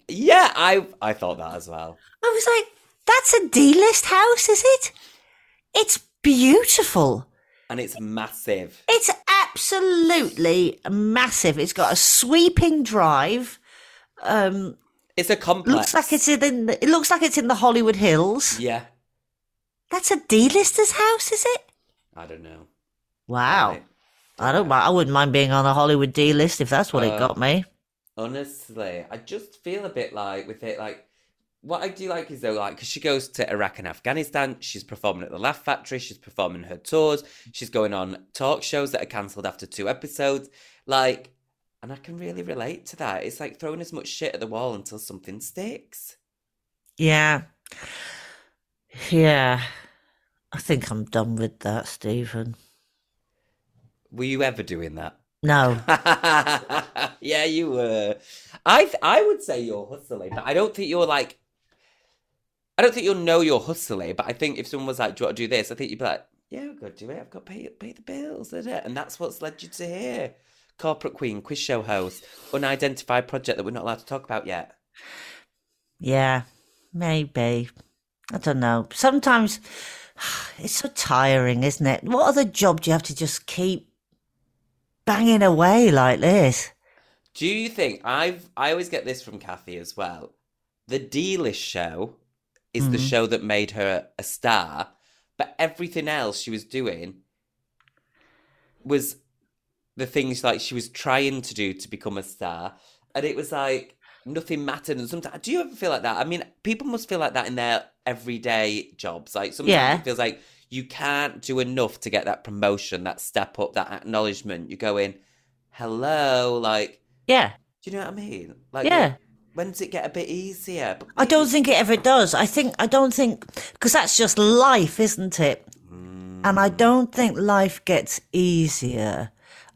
Speaker 2: yeah, I I thought that as well.
Speaker 3: I was like, that's a D list house, is it? It's beautiful.
Speaker 2: And it's massive.
Speaker 3: It's absolutely massive. It's got a sweeping drive. Um,
Speaker 2: It's a complex.
Speaker 3: looks like it's in. The, it looks like it's in the Hollywood Hills.
Speaker 2: Yeah,
Speaker 3: That's a D-lister's house, is it?
Speaker 2: I don't know.
Speaker 3: Wow.
Speaker 2: Right.
Speaker 3: I don't. mi- I wouldn't mind being on a Hollywood D-list if that's what
Speaker 2: Uh,
Speaker 3: it got me.
Speaker 2: Honestly, I just feel a bit like with it, like what I do like is though, like because she goes to Iraq and Afghanistan, she's performing at the Laugh Factory, she's performing her tours, she's going on talk shows that are cancelled after two episodes, like, and I can really relate to that. It's like throwing as much shit at the wall until something sticks.
Speaker 3: Yeah. Yeah. I think I'm done with that, Stephen.
Speaker 2: Were you ever doing that?
Speaker 3: No.
Speaker 2: [laughs] yeah, you were. I th- I would say you're hustling, but I don't think you're like. I don't think you'll know you're hustling, but I think if someone was like, "Do you want to do this?" I think you'd be like, "Yeah, I've got to do it. I've got to pay pay the bills, is it?" And that's what's led you to here, corporate queen, quiz show host, unidentified project that we're not allowed to talk about yet.
Speaker 3: Yeah. Maybe. I don't know. Sometimes [sighs] it's so tiring, isn't it? What other job do you have to just keep banging away like this?
Speaker 2: Do you think I've I always get this from Kathy as well? The D list show is the
Speaker 3: Mhm.
Speaker 2: show that made her a star, but everything else she was doing was the things like she was trying to do to become a star, and it was like nothing mattered. And sometimes, do you ever feel like that? I mean, people must feel like that in their everyday jobs. Like sometimes
Speaker 3: Yeah.
Speaker 2: it feels like you can't do enough to get that promotion, that step up, that acknowledgement. You go in, hello, like.
Speaker 3: Yeah.
Speaker 2: Do you know what I mean? Like,
Speaker 3: Yeah.
Speaker 2: When does it get a bit easier? But
Speaker 3: I don't think it ever does. I think I don't think because that's just life, isn't it? And I don't think life gets easier.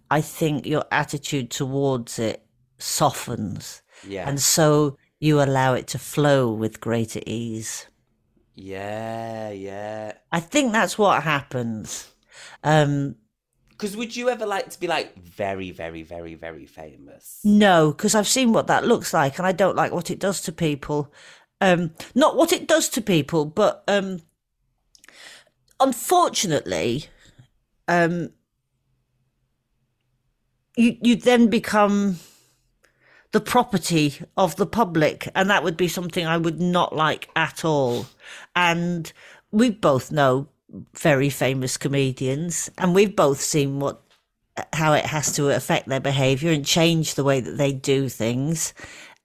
Speaker 3: I think your attitude towards it softens,
Speaker 2: Yeah.
Speaker 3: and so you allow it to flow with greater ease.
Speaker 2: Yeah, yeah.
Speaker 3: I think that's what happens. Um,
Speaker 2: Because would you ever like to be like very, very, very, very famous?
Speaker 3: No, because I've seen what that looks like, and I don't like what it does to people. Um, not what it does to people, but um, unfortunately, um, you you then become the property of the public, and that would be something I would not like at all. And we both know very famous comedians, and we've both seen what how it has to affect their behavior and change the way that they do things.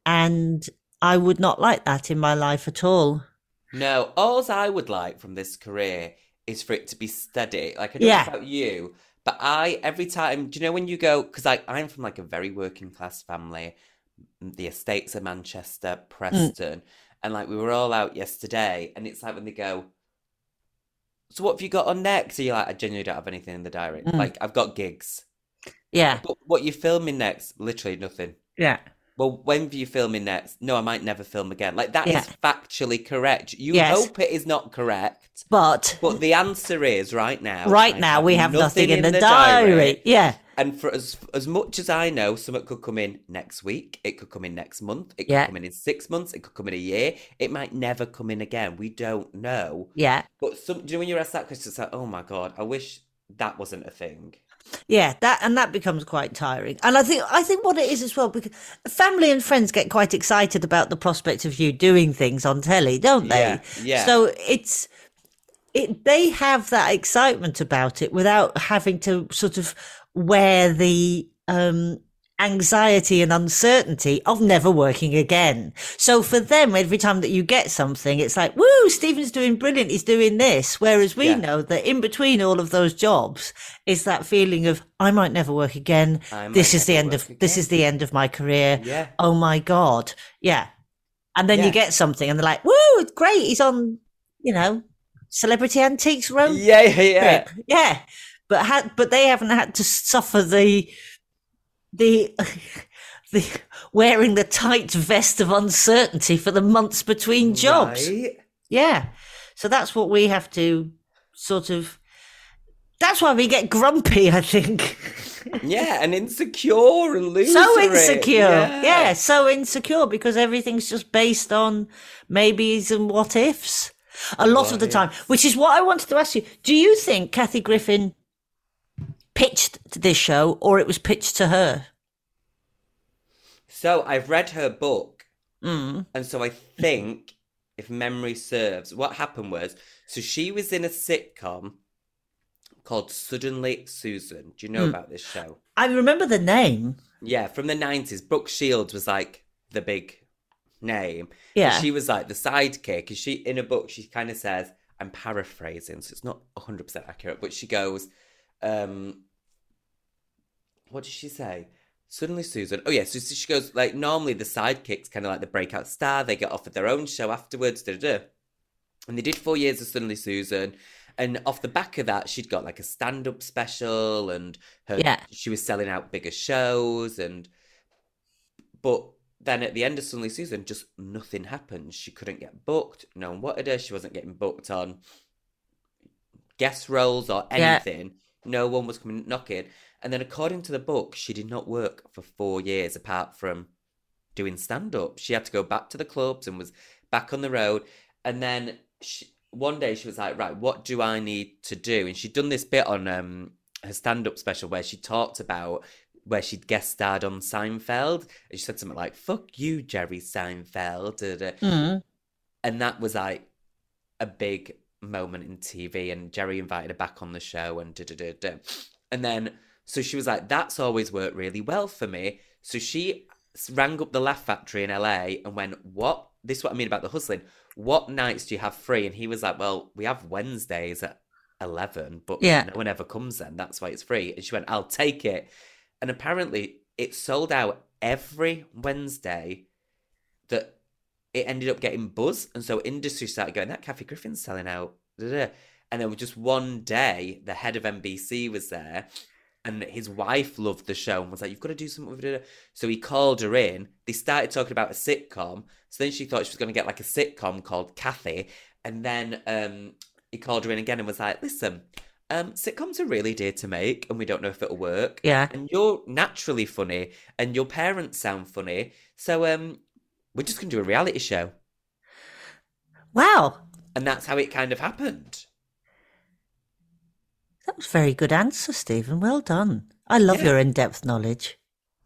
Speaker 3: And I would not like that in my life at all.
Speaker 2: No, alls I would like from this career is for it to be steady. Like I don't
Speaker 3: Yeah.
Speaker 2: know about you, but I every time, do you know when you go? Because like I'm from like a very working class family, m- the estates of Manchester, Preston, and like we were all out yesterday, and it's like when they go. So what have you got on next? Are you like I genuinely don't have anything in the diary. Like I've got gigs,
Speaker 3: Yeah.
Speaker 2: but what you filming next? Literally nothing.
Speaker 3: Yeah.
Speaker 2: Well, when are you filming next? No, I might never film again. Like that is
Speaker 3: Yeah.
Speaker 2: factually correct. You
Speaker 3: Yes.
Speaker 2: hope it is not correct,
Speaker 3: But
Speaker 2: but the answer is right now.
Speaker 3: right
Speaker 2: I
Speaker 3: now we have nothing, in, the, diary. Yeah.
Speaker 2: And for as as much as I know, something could come in next week. It could come in next month. It could
Speaker 3: Yeah.
Speaker 2: come in in six months. It could come in a year. It might never come in again. We don't know.
Speaker 3: Yeah.
Speaker 2: But some, do you know when you're asked that question, it's like, oh my god, I wish that wasn't a thing.
Speaker 3: Yeah, that and that becomes quite tiring. And I think I think what it is as well because family and friends get quite excited about the prospect of you doing things on telly, don't they?
Speaker 2: Yeah, yeah.
Speaker 3: So it's it they have that excitement about it without having to sort of wear the um anxiety and uncertainty of never working again. So for them every time that you get something it's like woo Stephen's doing brilliant he's doing this whereas we
Speaker 2: Yeah.
Speaker 3: know that in between all of those jobs is that feeling of I might never work again.
Speaker 2: I might
Speaker 3: This is the
Speaker 2: never
Speaker 3: end of
Speaker 2: work
Speaker 3: this is the end of my career.
Speaker 2: Yeah.
Speaker 3: Oh my god. Yeah. And then
Speaker 2: Yeah.
Speaker 3: you get something and they're like, "Woo, it's great. He's on, you know, Celebrity Antiques
Speaker 2: [laughs]
Speaker 3: road
Speaker 2: Yeah, yeah, yeah.
Speaker 3: trip." Yeah. But had but they haven't had to suffer the the [laughs] the wearing the tight vest of uncertainty for the months between jobs.
Speaker 2: Right?
Speaker 3: Yeah. So that's what we have to sort of. That's why we get grumpy, I think. [laughs]
Speaker 2: Yeah, and insecure and loser.
Speaker 3: so insecure. Yeah. so insecure because everything's just based on maybes and what ifs a lot of the time, which is what I wanted to ask you. Do you think Kathy Griffin pitched this show or it was pitched to her?
Speaker 2: So I've read her book,
Speaker 3: Mm.
Speaker 2: and so I think, if memory serves, what happened was so she was in a sitcom called Suddenly Susan. Do you
Speaker 3: Mm.
Speaker 2: know about this show?
Speaker 3: I remember the name.
Speaker 2: Yeah, from the nineties. Brooke Shields was like the big name. And
Speaker 3: Yeah.
Speaker 2: she was like the sidekick. And she in a book she kind of says, I'm paraphrasing, so it's not hundred percent accurate, but she goes, um what does she say? Suddenly Susan. Oh yeah, so she goes, like normally the sidekick's kinda like the breakout star, they get offered their own show afterwards, da da. And they did four years of Suddenly Susan. And off the back of that, she'd got like a stand up special and her
Speaker 3: Yeah.
Speaker 2: she was selling out bigger shows and but then at the end of Suddenly Susan, just nothing happened. She couldn't get booked. No one wanted her. She wasn't getting booked on guest roles or
Speaker 3: Yeah.
Speaker 2: anything. No one was coming knocking. And then, according to the book, she did not work for four years apart from doing stand up. She had to go back to the clubs and was back on the road. And then she, one day she was like, right, what do I need to do? And she'd done this bit on um, her stand up special where she talked about where she'd guest starred on Seinfeld. And she said something like, fuck you, Jerry Seinfeld. da, da. And that was like a big moment in TV. And Jerry invited her back on the show and da da da da. And then, so she was like, that's always worked really well for me. So she s- rang up the Laugh Factory in LA and went, what? This is what I mean about the hustling. What nights do you have free? And he was like, well, we have Wednesdays at 11, but
Speaker 3: Yeah.
Speaker 2: no one ever comes then. That's why it's free. And she went, I'll take it. And apparently it sold out every Wednesday that it ended up getting buzz. And so industry started going, that Kathy Griffin's selling out. da, da, da." And then just one day, the head of NBC was there and his wife loved the show and was like, you've got to do something with it. So he called her in. They started talking about a sitcom. So then she thought she was going to get like a sitcom called Kathy. And then um, he called her in again and was like, listen, um, sitcoms are really dear to make, and we don't know if it'll work.
Speaker 3: Yeah.
Speaker 2: And you're naturally funny, and your parents sound funny. So um, we're just going to do a reality show.
Speaker 3: Wow,
Speaker 2: And that's how it kind of happened.
Speaker 3: that was a very good answer, Stephen. Well done. I love
Speaker 2: Yeah.
Speaker 3: your in-depth knowledge.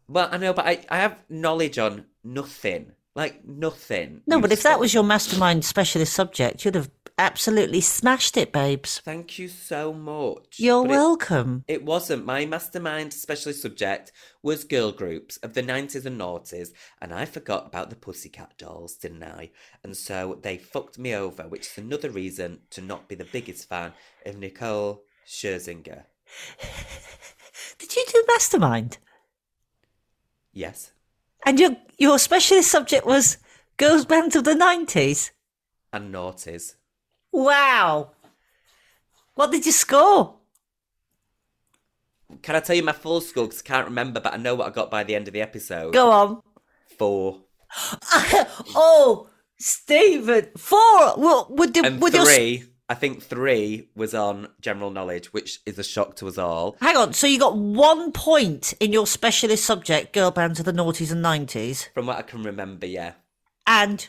Speaker 2: Well, I know, but I, I have knowledge on nothing. Like, nothing.
Speaker 3: No, but if that
Speaker 2: useful.
Speaker 3: was your mastermind specialist subject, you'd have absolutely smashed it, babes.
Speaker 2: Thank you so much.
Speaker 3: You're
Speaker 2: But it-
Speaker 3: welcome.
Speaker 2: It wasn't. My mastermind specialist subject was girl groups of the 90s and noughties, and I forgot about the pussycat dolls, didn't I? And so they fucked me over, which is another reason to not be the biggest fan of Nicole Scherzinger.
Speaker 3: Did you do mastermind?
Speaker 2: Yes.
Speaker 3: And your your specialist subject was girls bands of the nineties.
Speaker 2: And noughties.
Speaker 3: Wow. What did you score?
Speaker 2: Can I tell you my full score? 'Cause I can't remember, but I know what I got by the end of the episode.
Speaker 3: Go on. [laughs]
Speaker 2: Four.
Speaker 3: oh, Stephen, four. Well, would the,
Speaker 2: And
Speaker 3: would your s-
Speaker 2: three, I think three was on general knowledge, which is a shock to us all.
Speaker 3: hang on? So you got one point in your specialist subject, girl bands of the noughties and nineties,
Speaker 2: From what I can remember, yeah.
Speaker 3: and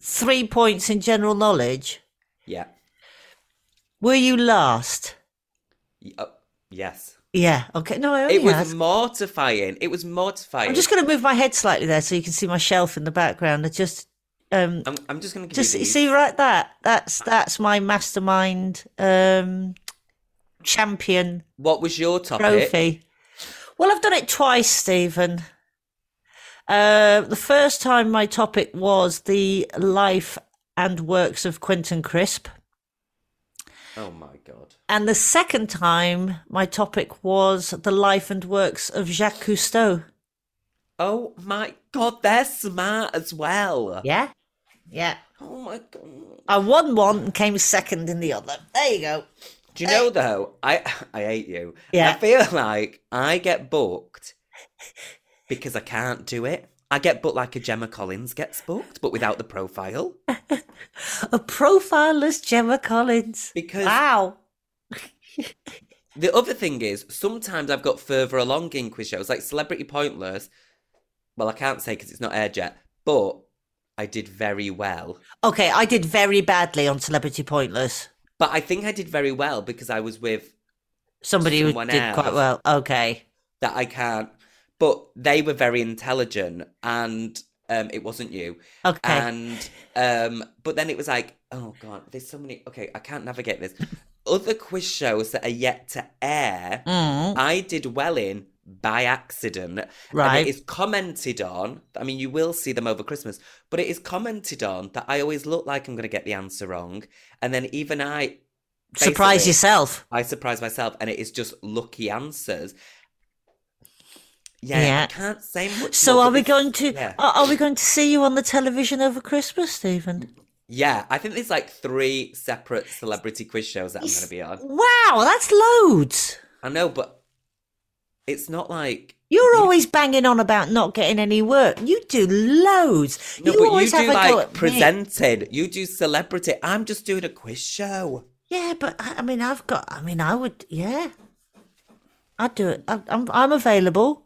Speaker 3: three points in general knowledge.
Speaker 2: Yeah.
Speaker 3: Were you last?
Speaker 2: Y- uh, yes.
Speaker 3: Yeah. Okay. No, I only
Speaker 2: It was
Speaker 3: asked.
Speaker 2: mortifying. It was mortifying.
Speaker 3: I'm just going to move my head slightly there so you can see my shelf in the background. I just um,
Speaker 2: I'm, I'm just going to give
Speaker 3: Just
Speaker 2: you
Speaker 3: you
Speaker 2: these.
Speaker 3: see, right that that's that's my mastermind um champion
Speaker 2: What was your topic?
Speaker 3: trophy. Well, I've done it twice, Stephen. Uh, the first time my topic was the life and works of Quentin Crisp,
Speaker 2: Oh my god.
Speaker 3: and the second time my topic was the life and works of Jacques Cousteau.
Speaker 2: Oh my god, they're smart as well.
Speaker 3: Yeah, yeah.
Speaker 2: Oh my god.
Speaker 3: I won one and came second in the other. There you go.
Speaker 2: Do you know though? I [laughs] I hate you.
Speaker 3: Yeah.
Speaker 2: I feel like I get booked because I can't do it. I get booked like a Gemma Collins gets booked, but without the profile.
Speaker 3: A profileless Gemma Collins.
Speaker 2: Because-
Speaker 3: wow.
Speaker 2: The other thing is, sometimes I've got further along in quiz shows, like Celebrity Pointless. Well, I can't say because it's not aired yet, but I did very well.
Speaker 3: Okay, I did very badly on Celebrity Pointless.
Speaker 2: But I think I did very well because I was with
Speaker 3: Somebody who
Speaker 2: Someone
Speaker 3: did quite
Speaker 2: else.
Speaker 3: well. Okay.
Speaker 2: that I can't. But they were very intelligent, and um, it wasn't you.
Speaker 3: Okay.
Speaker 2: And um, but then it was like, oh god, there's so many. Okay, I can't navigate this. Other quiz shows that are yet to air,
Speaker 3: Mm.
Speaker 2: I did well in by accident.
Speaker 3: Right.
Speaker 2: And it is commented on. I mean, you will see them over Christmas, but it is commented on that I always look like I'm going to get the answer wrong, and then even I
Speaker 3: Surprise
Speaker 2: basically,
Speaker 3: yourself.
Speaker 2: I surprise myself, and it is just lucky answers. Yeah,
Speaker 3: Yeah.
Speaker 2: I can't say much.
Speaker 3: So
Speaker 2: more,
Speaker 3: are
Speaker 2: but
Speaker 3: we
Speaker 2: this-
Speaker 3: going to Oh.
Speaker 2: Yeah.
Speaker 3: are, are we going to see you on the television over Christmas, Stephen?
Speaker 2: Yeah, I think there's like three separate celebrity quiz shows that I'm going to be on.
Speaker 3: Wow, that's loads.
Speaker 2: I know, but it's not like
Speaker 3: You're always banging on about not getting any work. You do loads.
Speaker 2: no,
Speaker 3: you
Speaker 2: but you
Speaker 3: always
Speaker 2: do
Speaker 3: have a go
Speaker 2: like
Speaker 3: at me.
Speaker 2: presented. You do celebrity. I'm just doing a quiz show.
Speaker 3: Yeah, but I I mean, I've got. I mean, I would. Yeah, I'd do it. I'm I'm, I'm available.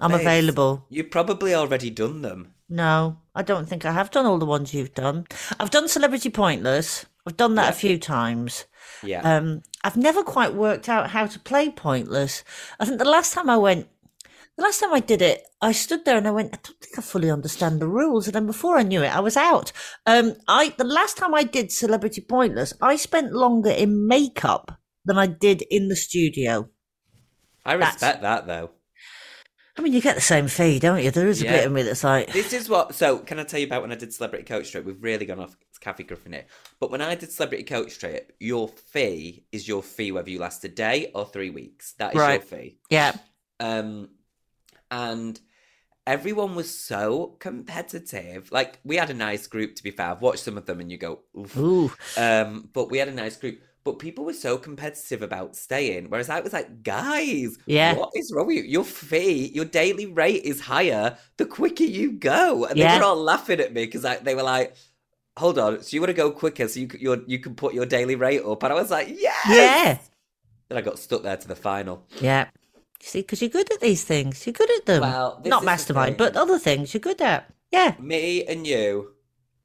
Speaker 3: I'm
Speaker 2: Babes,
Speaker 3: available.
Speaker 2: You've probably already done them.
Speaker 3: No, I don't think I have done all the ones you've done. I've done Celebrity Pointless. I've done that a few times.
Speaker 2: Yeah.
Speaker 3: Um, I've never quite worked out how to play Pointless. I think the last time I went, the last time I did it, I stood there and I went, I don't think I fully understand the rules. And then before I knew it, I was out. Um, I the last time I did Celebrity Pointless, I spent longer in makeup than I did in the studio.
Speaker 2: I
Speaker 3: that's-
Speaker 2: respect that though.
Speaker 3: I mean, you get the same fee, don't you? There is a
Speaker 2: Yeah.
Speaker 3: bit of me that's like,
Speaker 2: This is what. So, can I tell you about when I did Celebrity Coach Trip? We've really gone off Kathy Griffin here. But when I did Celebrity Coach Trip, your fee is your fee whether you last a day or three weeks. That is your
Speaker 3: Right.
Speaker 2: fee.
Speaker 3: yeah,
Speaker 2: Um, and everyone was so competitive. Like we had a nice group. To be fair, I've watched some of them, and you go, Oof.
Speaker 3: ooh,
Speaker 2: Um, but we had a nice group. But people were so competitive about staying, whereas I was like, guys,
Speaker 3: Yeah.
Speaker 2: what is wrong with you? Your fee, your daily rate is higher the quicker you go. And they
Speaker 3: Yeah.
Speaker 2: were all laughing at me because they were like, hold on, so you want to go quicker so you, c- your, you can put your daily rate up? And I was like, yes!
Speaker 3: yeah.
Speaker 2: Then I got stuck there to the final.
Speaker 3: Yeah. You see, because you're good at these things. You're good at them.
Speaker 2: Well, this is
Speaker 3: Not
Speaker 2: the
Speaker 3: mastermind,
Speaker 2: thing.
Speaker 3: but other things you're good at. Yeah.
Speaker 2: Me and you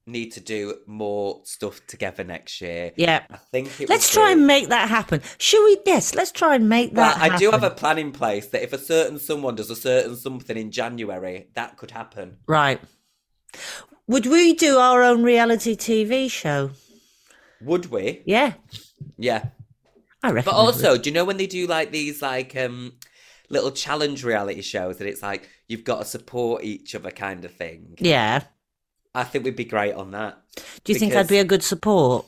Speaker 2: need to do more stuff together next year.
Speaker 3: Yeah.
Speaker 2: I think it
Speaker 3: Let's
Speaker 2: would
Speaker 3: try
Speaker 2: be-
Speaker 3: and make that happen. Should we? Yes, let's try and make
Speaker 2: Well,
Speaker 3: that
Speaker 2: I do have a
Speaker 3: happen.
Speaker 2: plan in place that if a certain someone does a certain something in January, that could happen.
Speaker 3: Right. Would we do our own reality TV show?
Speaker 2: Would we?
Speaker 3: Yeah.
Speaker 2: Yeah.
Speaker 3: I reckon.
Speaker 2: But
Speaker 3: we would.
Speaker 2: also, do you know when they do like these like um little challenge reality shows that it's like you've got to support each other kind of thing?
Speaker 3: Yeah.
Speaker 2: I think we'd be great on that.
Speaker 3: Do you think I'd
Speaker 2: Because-
Speaker 3: be a good support?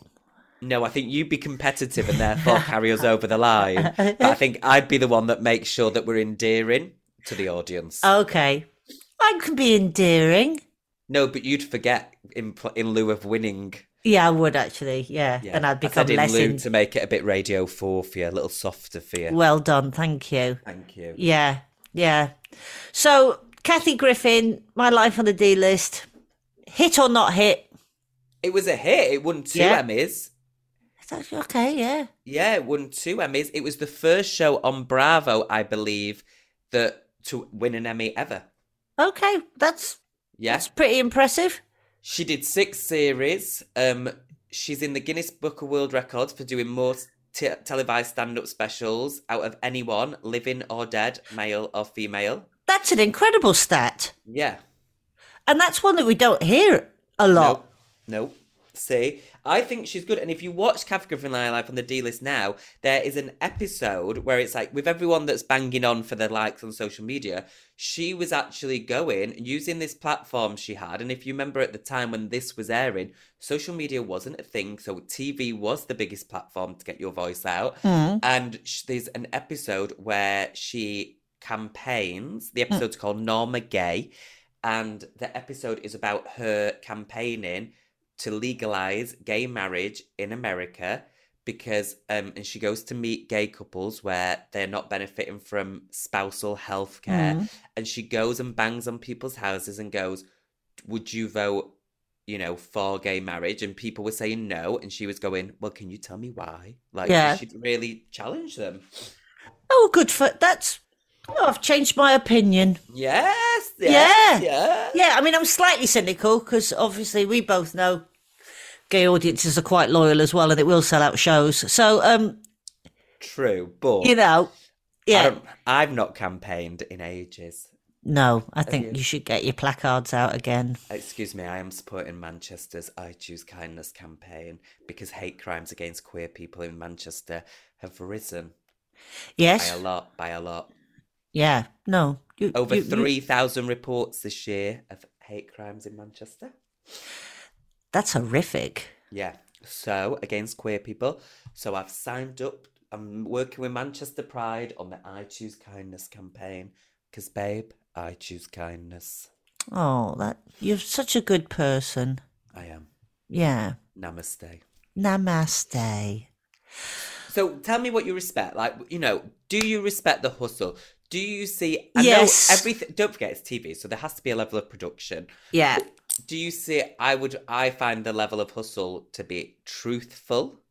Speaker 2: No, I think you'd be competitive and
Speaker 3: [laughs]
Speaker 2: therefore carry us over the line. But I think I'd be the one that makes sure that we're endearing to the audience.
Speaker 3: Oh. Okay. I could be endearing.
Speaker 2: No, but you'd forget in pl- in lieu of winning.
Speaker 3: Yeah, I would actually. Yeah.
Speaker 2: Yeah.
Speaker 3: And I'd
Speaker 2: I
Speaker 3: become
Speaker 2: said in
Speaker 3: less
Speaker 2: lieu
Speaker 3: in-
Speaker 2: to make it a bit Radio Four for you, a little softer for you.
Speaker 3: Well done. Thank you.
Speaker 2: Thank you.
Speaker 3: Yeah. Yeah. So, Kathy Griffin, My Life on the D list. Hit or not hit?
Speaker 2: It was a hit. It won two
Speaker 3: Yeah.
Speaker 2: Emmys.
Speaker 3: It's actually Okay, yeah.
Speaker 2: Yeah, it won two Emmys. It was the first show on Bravo, I believe, that to win an Emmy ever.
Speaker 3: Okay, that's
Speaker 2: Yes,
Speaker 3: that's pretty impressive.
Speaker 2: she did six series. Um, she's in the Guinness Book of World Records for doing more t- televised stand-up specials out of anyone, living or dead, male or female.
Speaker 3: That's an incredible stat.
Speaker 2: Yeah.
Speaker 3: And that's one that we don't hear a lot.
Speaker 2: No. No. See, I think she's good. And if you watch Kathy Griffin Live Live on the D list now, there is an episode where it's like with everyone that's banging on for their likes on social media, she was actually going using this platform she had. And if you remember at the time when this was airing, social media wasn't a thing. So TV was the biggest platform to get your voice out. And sh- there's an episode where she campaigns. The episode's called Norma Gay. And the episode is about her campaigning to legalize gay marriage in America because um and she goes to meet gay couples where they're not benefiting from spousal health care
Speaker 3: Mm.
Speaker 2: and she goes and bangs on people's houses and goes would you vote you know for gay marriage and people were saying no and she was going well can you tell me why like
Speaker 3: Yeah.
Speaker 2: she'd really challenge them
Speaker 3: Oh, good for that's. Oh, I've changed my opinion.
Speaker 2: yes, yes
Speaker 3: Yeah.
Speaker 2: yeah
Speaker 3: Yeah, I mean, I'm slightly cynical because obviously we both know gay audiences are quite loyal as well, and it will sell out shows. So, um,
Speaker 2: true but
Speaker 3: you know,
Speaker 2: I
Speaker 3: yeah,
Speaker 2: don't, I've not campaigned in ages.
Speaker 3: no, I think you should get your placards out again.
Speaker 2: Excuse me, I am supporting Manchester's I Choose Kindness campaign because hate crimes against queer people in Manchester have risen by
Speaker 3: Yes,
Speaker 2: a lot, by a lot.
Speaker 3: yeah, no, you,
Speaker 2: Over
Speaker 3: you- you-
Speaker 2: 3,000 reports this year of hate crimes in Manchester.
Speaker 3: That's horrific.
Speaker 2: Yeah, so against queer people. So I've signed up, I'm working with Manchester Pride on the I Choose Kindness campaign because, babe, I choose kindness.
Speaker 3: Oh, that you're such a good person.
Speaker 2: I am.
Speaker 3: Yeah,
Speaker 2: Namaste.
Speaker 3: namaste.
Speaker 2: So tell me what you respect. Like, you know, do you respect the hustle? Do you see? I
Speaker 3: Yes.
Speaker 2: Know everything. Don't forget, it's TV, so there has to be a level of production.
Speaker 3: Yeah,
Speaker 2: Do you see? I would. I find the level of hustle to be truthful.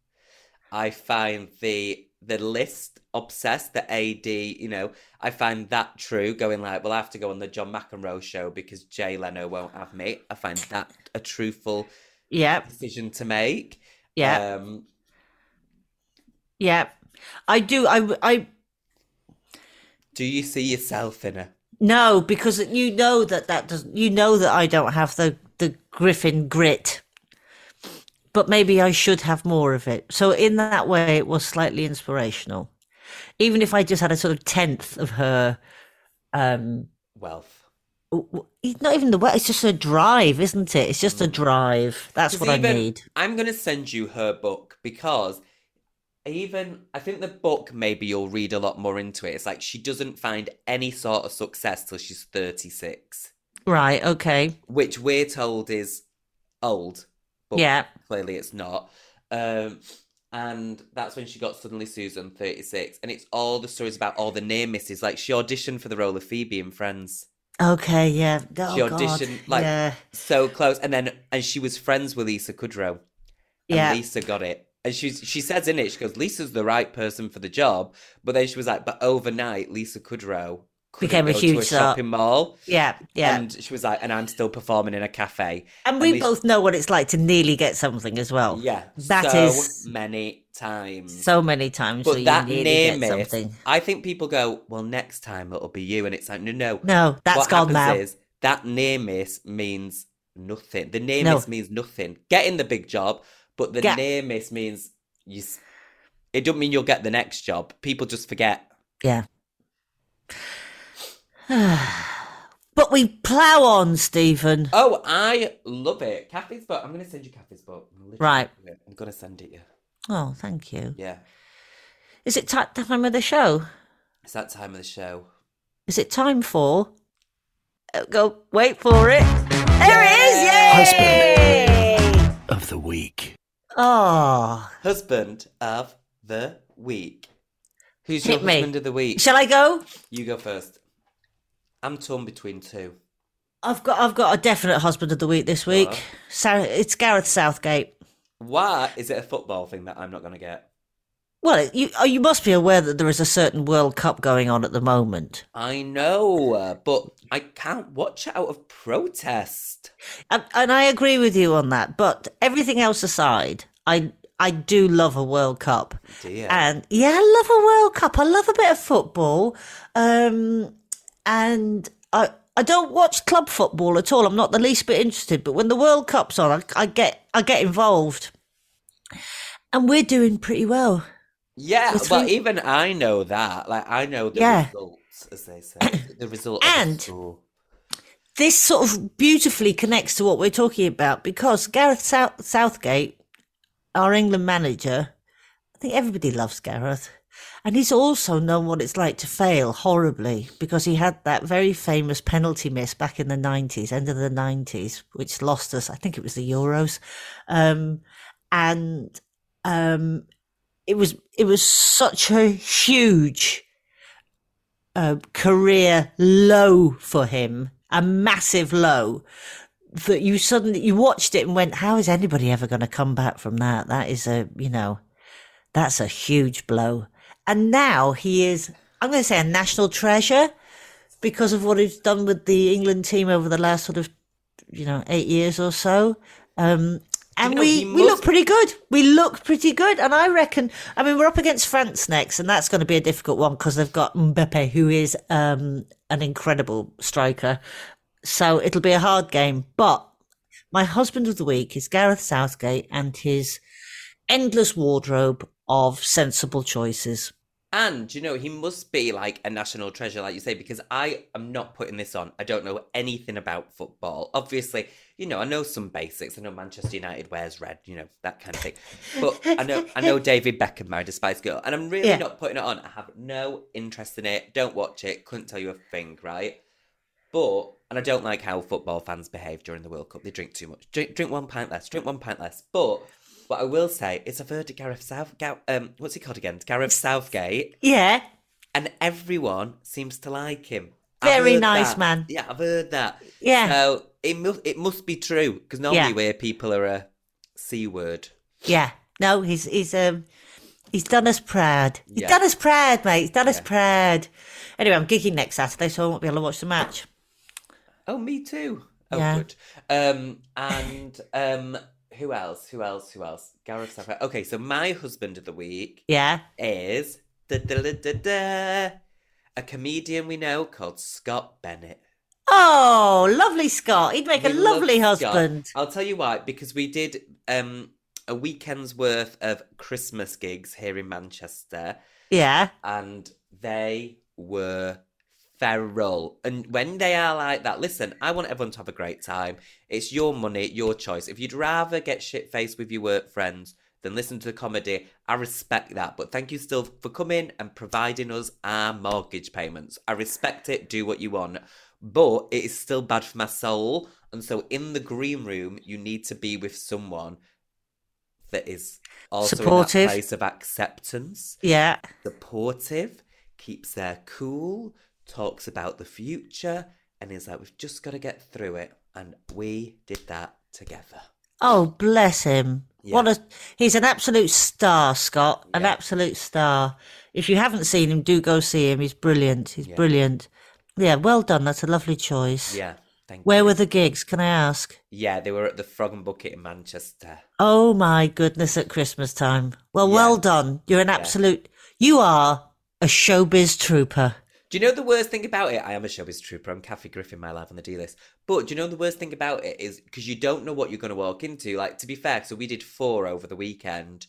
Speaker 2: I find the the list obsessed. The AD, you know, I find that true. Going like, well, I have to go on the John McEnroe show because Jay Leno won't have me. I find that a truthful
Speaker 3: yeah,
Speaker 2: decision to make.
Speaker 3: yeah.
Speaker 2: Um,
Speaker 3: Yeah, I do. I, I
Speaker 2: do you see yourself in her?
Speaker 3: no, because you know that that doesn't. You know that I don't have the the Griffin grit, but maybe I should have more of it. So in that way, it was slightly inspirational, even if I just had a sort of tenth of her. Um,
Speaker 2: Wealth.
Speaker 3: w- w- it's not even the way. It's just a drive, isn't it? It's just a drive. That's what
Speaker 2: Because
Speaker 3: I
Speaker 2: Mm. even-
Speaker 3: need.
Speaker 2: I'm going to send you her book because even I think the book maybe you'll read a lot more into it. It's like she doesn't find any sort of success till she's 36,
Speaker 3: Right. Okay.
Speaker 2: which we're told is old, but
Speaker 3: Yeah.
Speaker 2: clearly it's not. Um, and that's when she got Suddenly Susan, 36. And it's all the stories about all the near misses. Like she auditioned for the role of Phoebe in Friends.
Speaker 3: Okay. Yeah. Oh,
Speaker 2: she
Speaker 3: God.
Speaker 2: auditioned like
Speaker 3: yeah.
Speaker 2: so close. And then, and she was friends with Lisa Kudrow. And
Speaker 3: Yeah.
Speaker 2: Lisa got it. And she's, she says in it, she goes, Lisa's the right person for the job. But then she was like, but overnight, Lisa Kudrow couldn't
Speaker 3: Became a
Speaker 2: go to
Speaker 3: huge
Speaker 2: a
Speaker 3: star.
Speaker 2: shopping mall.
Speaker 3: Yeah, yeah.
Speaker 2: And she was like, and I'm still performing in a cafe.
Speaker 3: and we
Speaker 2: Lisa-
Speaker 3: both know what it's like to nearly get something as well.
Speaker 2: Yeah.
Speaker 3: that is
Speaker 2: so many times.
Speaker 3: so many times
Speaker 2: but
Speaker 3: that
Speaker 2: that
Speaker 3: you nearly
Speaker 2: near
Speaker 3: get
Speaker 2: miss,
Speaker 3: something.
Speaker 2: I think people go, well, next time it'll be you. And it's like, no, no.
Speaker 3: No, that's
Speaker 2: what
Speaker 3: gone now.
Speaker 2: happens Is that near miss means nothing. The near
Speaker 3: No.
Speaker 2: miss means nothing. Getting the big job, but the
Speaker 3: Get-
Speaker 2: near miss means you. s- It doesn't mean you'll get the next job. People just forget.
Speaker 3: Yeah. [sighs] but we plough on, Stephen.
Speaker 2: Oh, I love it. Kathy's book. I'm going to send you Kathy's book. I'm literally
Speaker 3: Right.
Speaker 2: gonna do it. I'm going to send it you.
Speaker 3: Oh, thank you.
Speaker 2: Yeah.
Speaker 3: Is it ti time of the show?
Speaker 2: It's that time of the show.
Speaker 3: Is it time for? Uh, Go wait for it. There it is! Yay!
Speaker 4: Of the week.
Speaker 3: Oh,
Speaker 2: Husband of the week. Who's
Speaker 3: Hit
Speaker 2: your
Speaker 3: me.
Speaker 2: husband of the week?
Speaker 3: shall I go?
Speaker 2: You go first. I'm torn between two.
Speaker 3: I've got I've got a definite husband of the week this week.
Speaker 2: on.
Speaker 3: Sa- it's Gareth Southgate.
Speaker 2: Why is it a football thing that I'm not going to get?
Speaker 3: Well, you oh, you must be aware that there is a certain World Cup going on at the moment.
Speaker 2: I know, uh, but I can't watch it out of protest.
Speaker 3: And, and I agree with you on that. But everything else aside, I I do love a World Cup.
Speaker 2: Dear.
Speaker 3: And yeah, I love a World Cup. I love a bit of football. Um, and I I don't watch club football at all. I'm not the least bit interested. But when the World Cup's on, I, I get I get involved. And we're doing pretty well.
Speaker 2: yeah,
Speaker 3: It's
Speaker 2: well,
Speaker 3: really-
Speaker 2: even I know that. Like, I know the
Speaker 3: Yeah.
Speaker 2: results, as they say.
Speaker 3: [clears throat]
Speaker 2: the result of
Speaker 3: And-
Speaker 2: the school.
Speaker 3: This sort of beautifully connects to what we're talking about because Gareth South- Southgate, our England manager, I think everybody loves Gareth. And he's also known what it's like to fail horribly because he had that very famous penalty miss back in the 90s, end of the 90s, which lost us, I think it was the Euros. Um, and um, it was it was such a huge uh, career low for him, a massive low that you suddenly you watched it and went, how is anybody ever going to come back from that? That is a you know, that's a huge blow. And now he is, I'm going to say, a national treasure because of what he's done with the England team over the last sort of you know eight years or so. Um, and
Speaker 2: know,
Speaker 3: we,
Speaker 2: he
Speaker 3: we look
Speaker 2: must-
Speaker 3: pretty good. We look pretty good. And I reckon, I mean, we're up against France next, and that's going to be a difficult one because they've got Mbappe, who is um, an incredible striker. So it'll be a hard game. But my husband of the week is Gareth Southgate and his endless wardrobe of sensible choices.
Speaker 2: And you know, he must be like a national treasure, like you say, because I am not putting this on. I don't know anything about football. Obviously, you know, I know some basics. I know Manchester United wears red, you know, that kind of thing. But I know I
Speaker 3: [laughs]
Speaker 2: know David Beckham married a Spice Girl, and I'm really
Speaker 3: Yeah.
Speaker 2: not putting it on. I have no interest in it. Don't watch it. Couldn't tell you a thing, right? But and I don't like how football fans behave during the World Cup. They drink too much. Drink, drink one pint less. Drink one pint less. But what I will say is, I've heard of Gareth South. Gar- um, what's he called again? Gareth Southgate
Speaker 3: Yeah.
Speaker 2: and everyone seems to like him.
Speaker 3: Very
Speaker 2: heard
Speaker 3: nice
Speaker 2: that.
Speaker 3: man.
Speaker 2: Yeah, I've heard that.
Speaker 3: Yeah.
Speaker 2: So it must it must be true because normally
Speaker 3: Yeah.
Speaker 2: where people are a c word.
Speaker 3: Yeah. No, he's he's um he's done us proud. He's
Speaker 2: Yeah.
Speaker 3: done us proud, mate. He's done us proud. Anyway, I'm gigging next Saturday, so I won't be able to watch the match.
Speaker 2: Oh, me too. Oh,
Speaker 3: Yeah.
Speaker 2: good. Um, and um, who else? Who else? Who else? Gareth Southgate. Okay, so my husband of the week
Speaker 3: Yeah.
Speaker 2: is da, da, da, da, da, a comedian we know called Scott Bennett.
Speaker 3: Oh, lovely Scott. He'd make a
Speaker 2: We
Speaker 3: lovely
Speaker 2: love Scott.
Speaker 3: husband.
Speaker 2: I'll tell you why, because we did um, a weekend's worth of Christmas gigs here in Manchester,
Speaker 3: Yeah.
Speaker 2: and they were feral. And when they are like that, listen, I want everyone to have a great time. It's your money, your choice. If you'd rather get shit faced with your work friends than listen to the comedy, I respect that. But thank you still for coming and providing us our mortgage payments. I respect it. Do what you want. But it is still bad for my soul. And so in the green room, you need to be with someone that is also in
Speaker 3: Supportive.
Speaker 2: that place of acceptance
Speaker 3: Yeah.
Speaker 2: supportive, keeps their cool, talks about the future, and is like, we've just got to get through it. And we did that together.
Speaker 3: Oh, bless him. What a he's an absolute star, Scott. An absolute star. If you haven't seen him, do go see him. He's brilliant. He's brilliant. Yeah, well done. That's a lovely choice.
Speaker 2: Yeah. Thank
Speaker 3: Where
Speaker 2: you.
Speaker 3: were the gigs? Can I ask?
Speaker 2: Yeah, they were at the Frog and Bucket in Manchester.
Speaker 3: Oh my goodness! At Christmas time. Well, well done. You're an absolute. You are a showbiz trooper.
Speaker 2: Do you know the worst thing about it? I am a showbiz trooper. I'm Kathy Griffin, my life on the D list. But do you know the worst thing about it is because you don't know what you're going to walk into. Like, to be fair, so we did four over the weekend.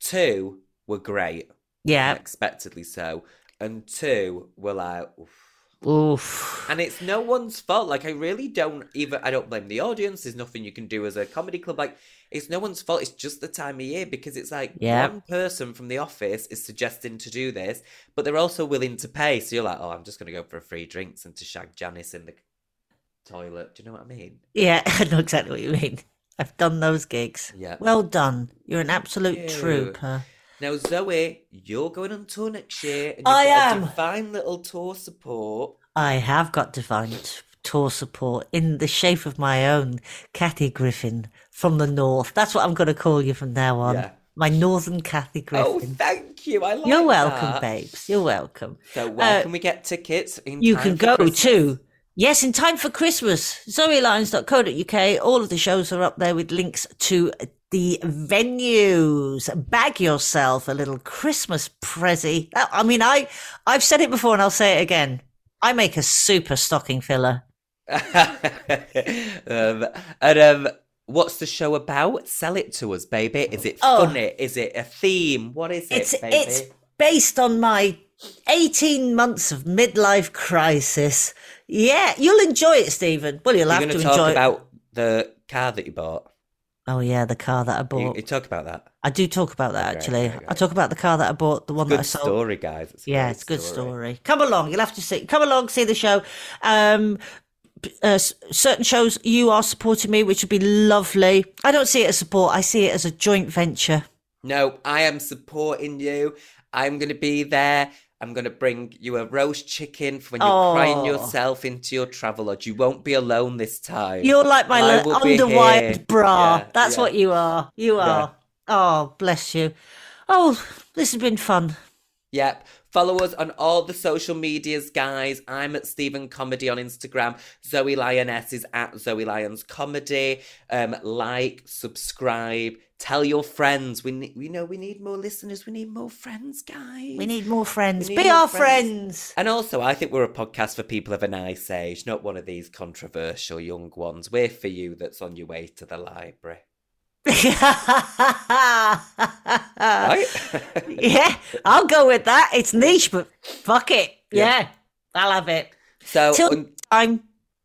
Speaker 2: Two were great,
Speaker 3: Yeah.
Speaker 2: unexpectedly so. And two were like, oof.
Speaker 3: Oof.
Speaker 2: And it's no one's fault. Like I really don't even I don't blame the audience. There's nothing you can do as a comedy club. Like it's no one's fault. It's just the time of year because it's like
Speaker 3: Yeah.
Speaker 2: one person from the office is suggesting to do this, but they're also willing to pay. So you're like, oh, I'm just gonna go for a free drinks and to shag Janice in the toilet. Do you know what I mean?
Speaker 3: Yeah, [laughs] I know exactly what you mean. I've done those gigs.
Speaker 2: Yeah.
Speaker 3: Well done. You're an absolute
Speaker 2: Ew.
Speaker 3: trooper.
Speaker 2: Now Zoe, you're going on tour next year. And
Speaker 3: I
Speaker 2: got a
Speaker 3: am.
Speaker 2: Divine little tour support.
Speaker 3: I have got divine t- tour support in the shape of my own Kathy Griffin from the north. That's what I'm going to call you from now on.
Speaker 2: Yeah.
Speaker 3: My northern Kathy
Speaker 2: Oh,
Speaker 3: Griffin.
Speaker 2: thank you. I like
Speaker 3: You're welcome,
Speaker 2: that.
Speaker 3: babes. You're welcome.
Speaker 2: So where
Speaker 3: Uh,
Speaker 2: can we get tickets? In
Speaker 3: You
Speaker 2: time
Speaker 3: can
Speaker 2: for
Speaker 3: go
Speaker 2: Christmas?
Speaker 3: to yes, in time for Christmas. ZoeLyons.co.uk. All of the shows are up there with links to the venues. Bag yourself a little Christmas prezi. That- I mean, I I've said it before, and I'll say it again. I make a super stocking filler.
Speaker 2: [laughs] um, and um, what's the show about? Sell it to us, baby. Is it
Speaker 3: Oh.
Speaker 2: funny? Is it a theme? What is
Speaker 3: It's
Speaker 2: it, baby?
Speaker 3: it's based on my 18 months of midlife crisis. Yeah, you'll enjoy it, Stephen. Well, you'll
Speaker 2: You're
Speaker 3: have
Speaker 2: going
Speaker 3: to
Speaker 2: to talk
Speaker 3: enjoy it.
Speaker 2: about the car that you bought.
Speaker 3: Oh yeah, the car that I
Speaker 2: You-
Speaker 3: bought.
Speaker 2: You, talk about that.
Speaker 3: I do talk about that
Speaker 2: Okay,
Speaker 3: actually.
Speaker 2: okay,
Speaker 3: I
Speaker 2: okay.
Speaker 3: talk about the car that I bought, the one that I
Speaker 2: Good
Speaker 3: sold.
Speaker 2: story, guys. It's a
Speaker 3: Yeah,
Speaker 2: great
Speaker 3: it's a good story. Come along, you'll have to see. Come along, see the show. Um, p- uh, s- certain shows you are supporting me, which would be lovely. I don't see it as support. I see it as a joint venture.
Speaker 2: No, I am supporting you. I'm going to be there. I'm going to bring you a roast chicken for when you're
Speaker 3: Oh.
Speaker 2: crying yourself into your travel lodge. You won't be alone this time.
Speaker 3: You're like my
Speaker 2: I
Speaker 3: little
Speaker 2: will be here.
Speaker 3: underwired bra.
Speaker 2: Yeah,
Speaker 3: That's
Speaker 2: yeah.
Speaker 3: what you are. You
Speaker 2: Yeah.
Speaker 3: are. Oh, bless you. Oh, this has been fun.
Speaker 2: Yep. Follow us on all the social medias, guys. I'm at Stephen Comedy on Instagram. Zoe Lioness is at Zoe Lyons Comedy. Um, like, subscribe, tell your friends. We ne- we know we need more listeners. We need more friends, guys.
Speaker 3: We need more friends.
Speaker 2: need
Speaker 3: Be
Speaker 2: more
Speaker 3: our
Speaker 2: friends.
Speaker 3: friends.
Speaker 2: And also, I think we're a podcast for people of a nice age, not one of these controversial young ones. We're for you. That's on your way to the library,
Speaker 3: [laughs] Uh,
Speaker 2: right? [laughs]
Speaker 3: Yeah, I'll go with that. It's niche, but fuck it. Yeah, I'll have it.
Speaker 2: so
Speaker 3: Till
Speaker 2: un-
Speaker 3: I'm.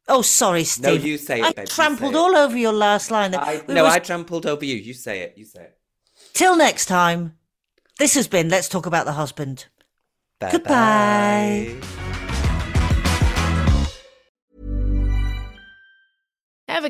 Speaker 3: Oh, sorry,
Speaker 2: no,
Speaker 3: Steve.
Speaker 2: you say it.
Speaker 3: I
Speaker 2: babe, you
Speaker 3: trampled
Speaker 2: say it.
Speaker 3: all over your last line. there.
Speaker 2: I,
Speaker 3: We
Speaker 2: no,
Speaker 3: was-
Speaker 2: I trampled over you. You say it. You say it.
Speaker 3: Till next time. This has been. Let's talk about the husband. Goodbye.
Speaker 2: Bye-bye.
Speaker 1: Ever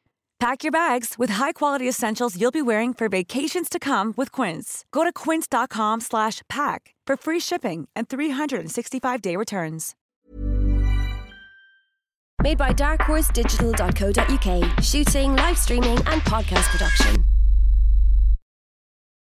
Speaker 7: Pack your bags with high-quality essentials you'll be wearing for vacations to come with Quince. Go to quince.com/pack slash pack for free shipping and 365-day returns.
Speaker 1: Made by darkhorsedigital.co.uk, shooting, live streaming, and podcast production.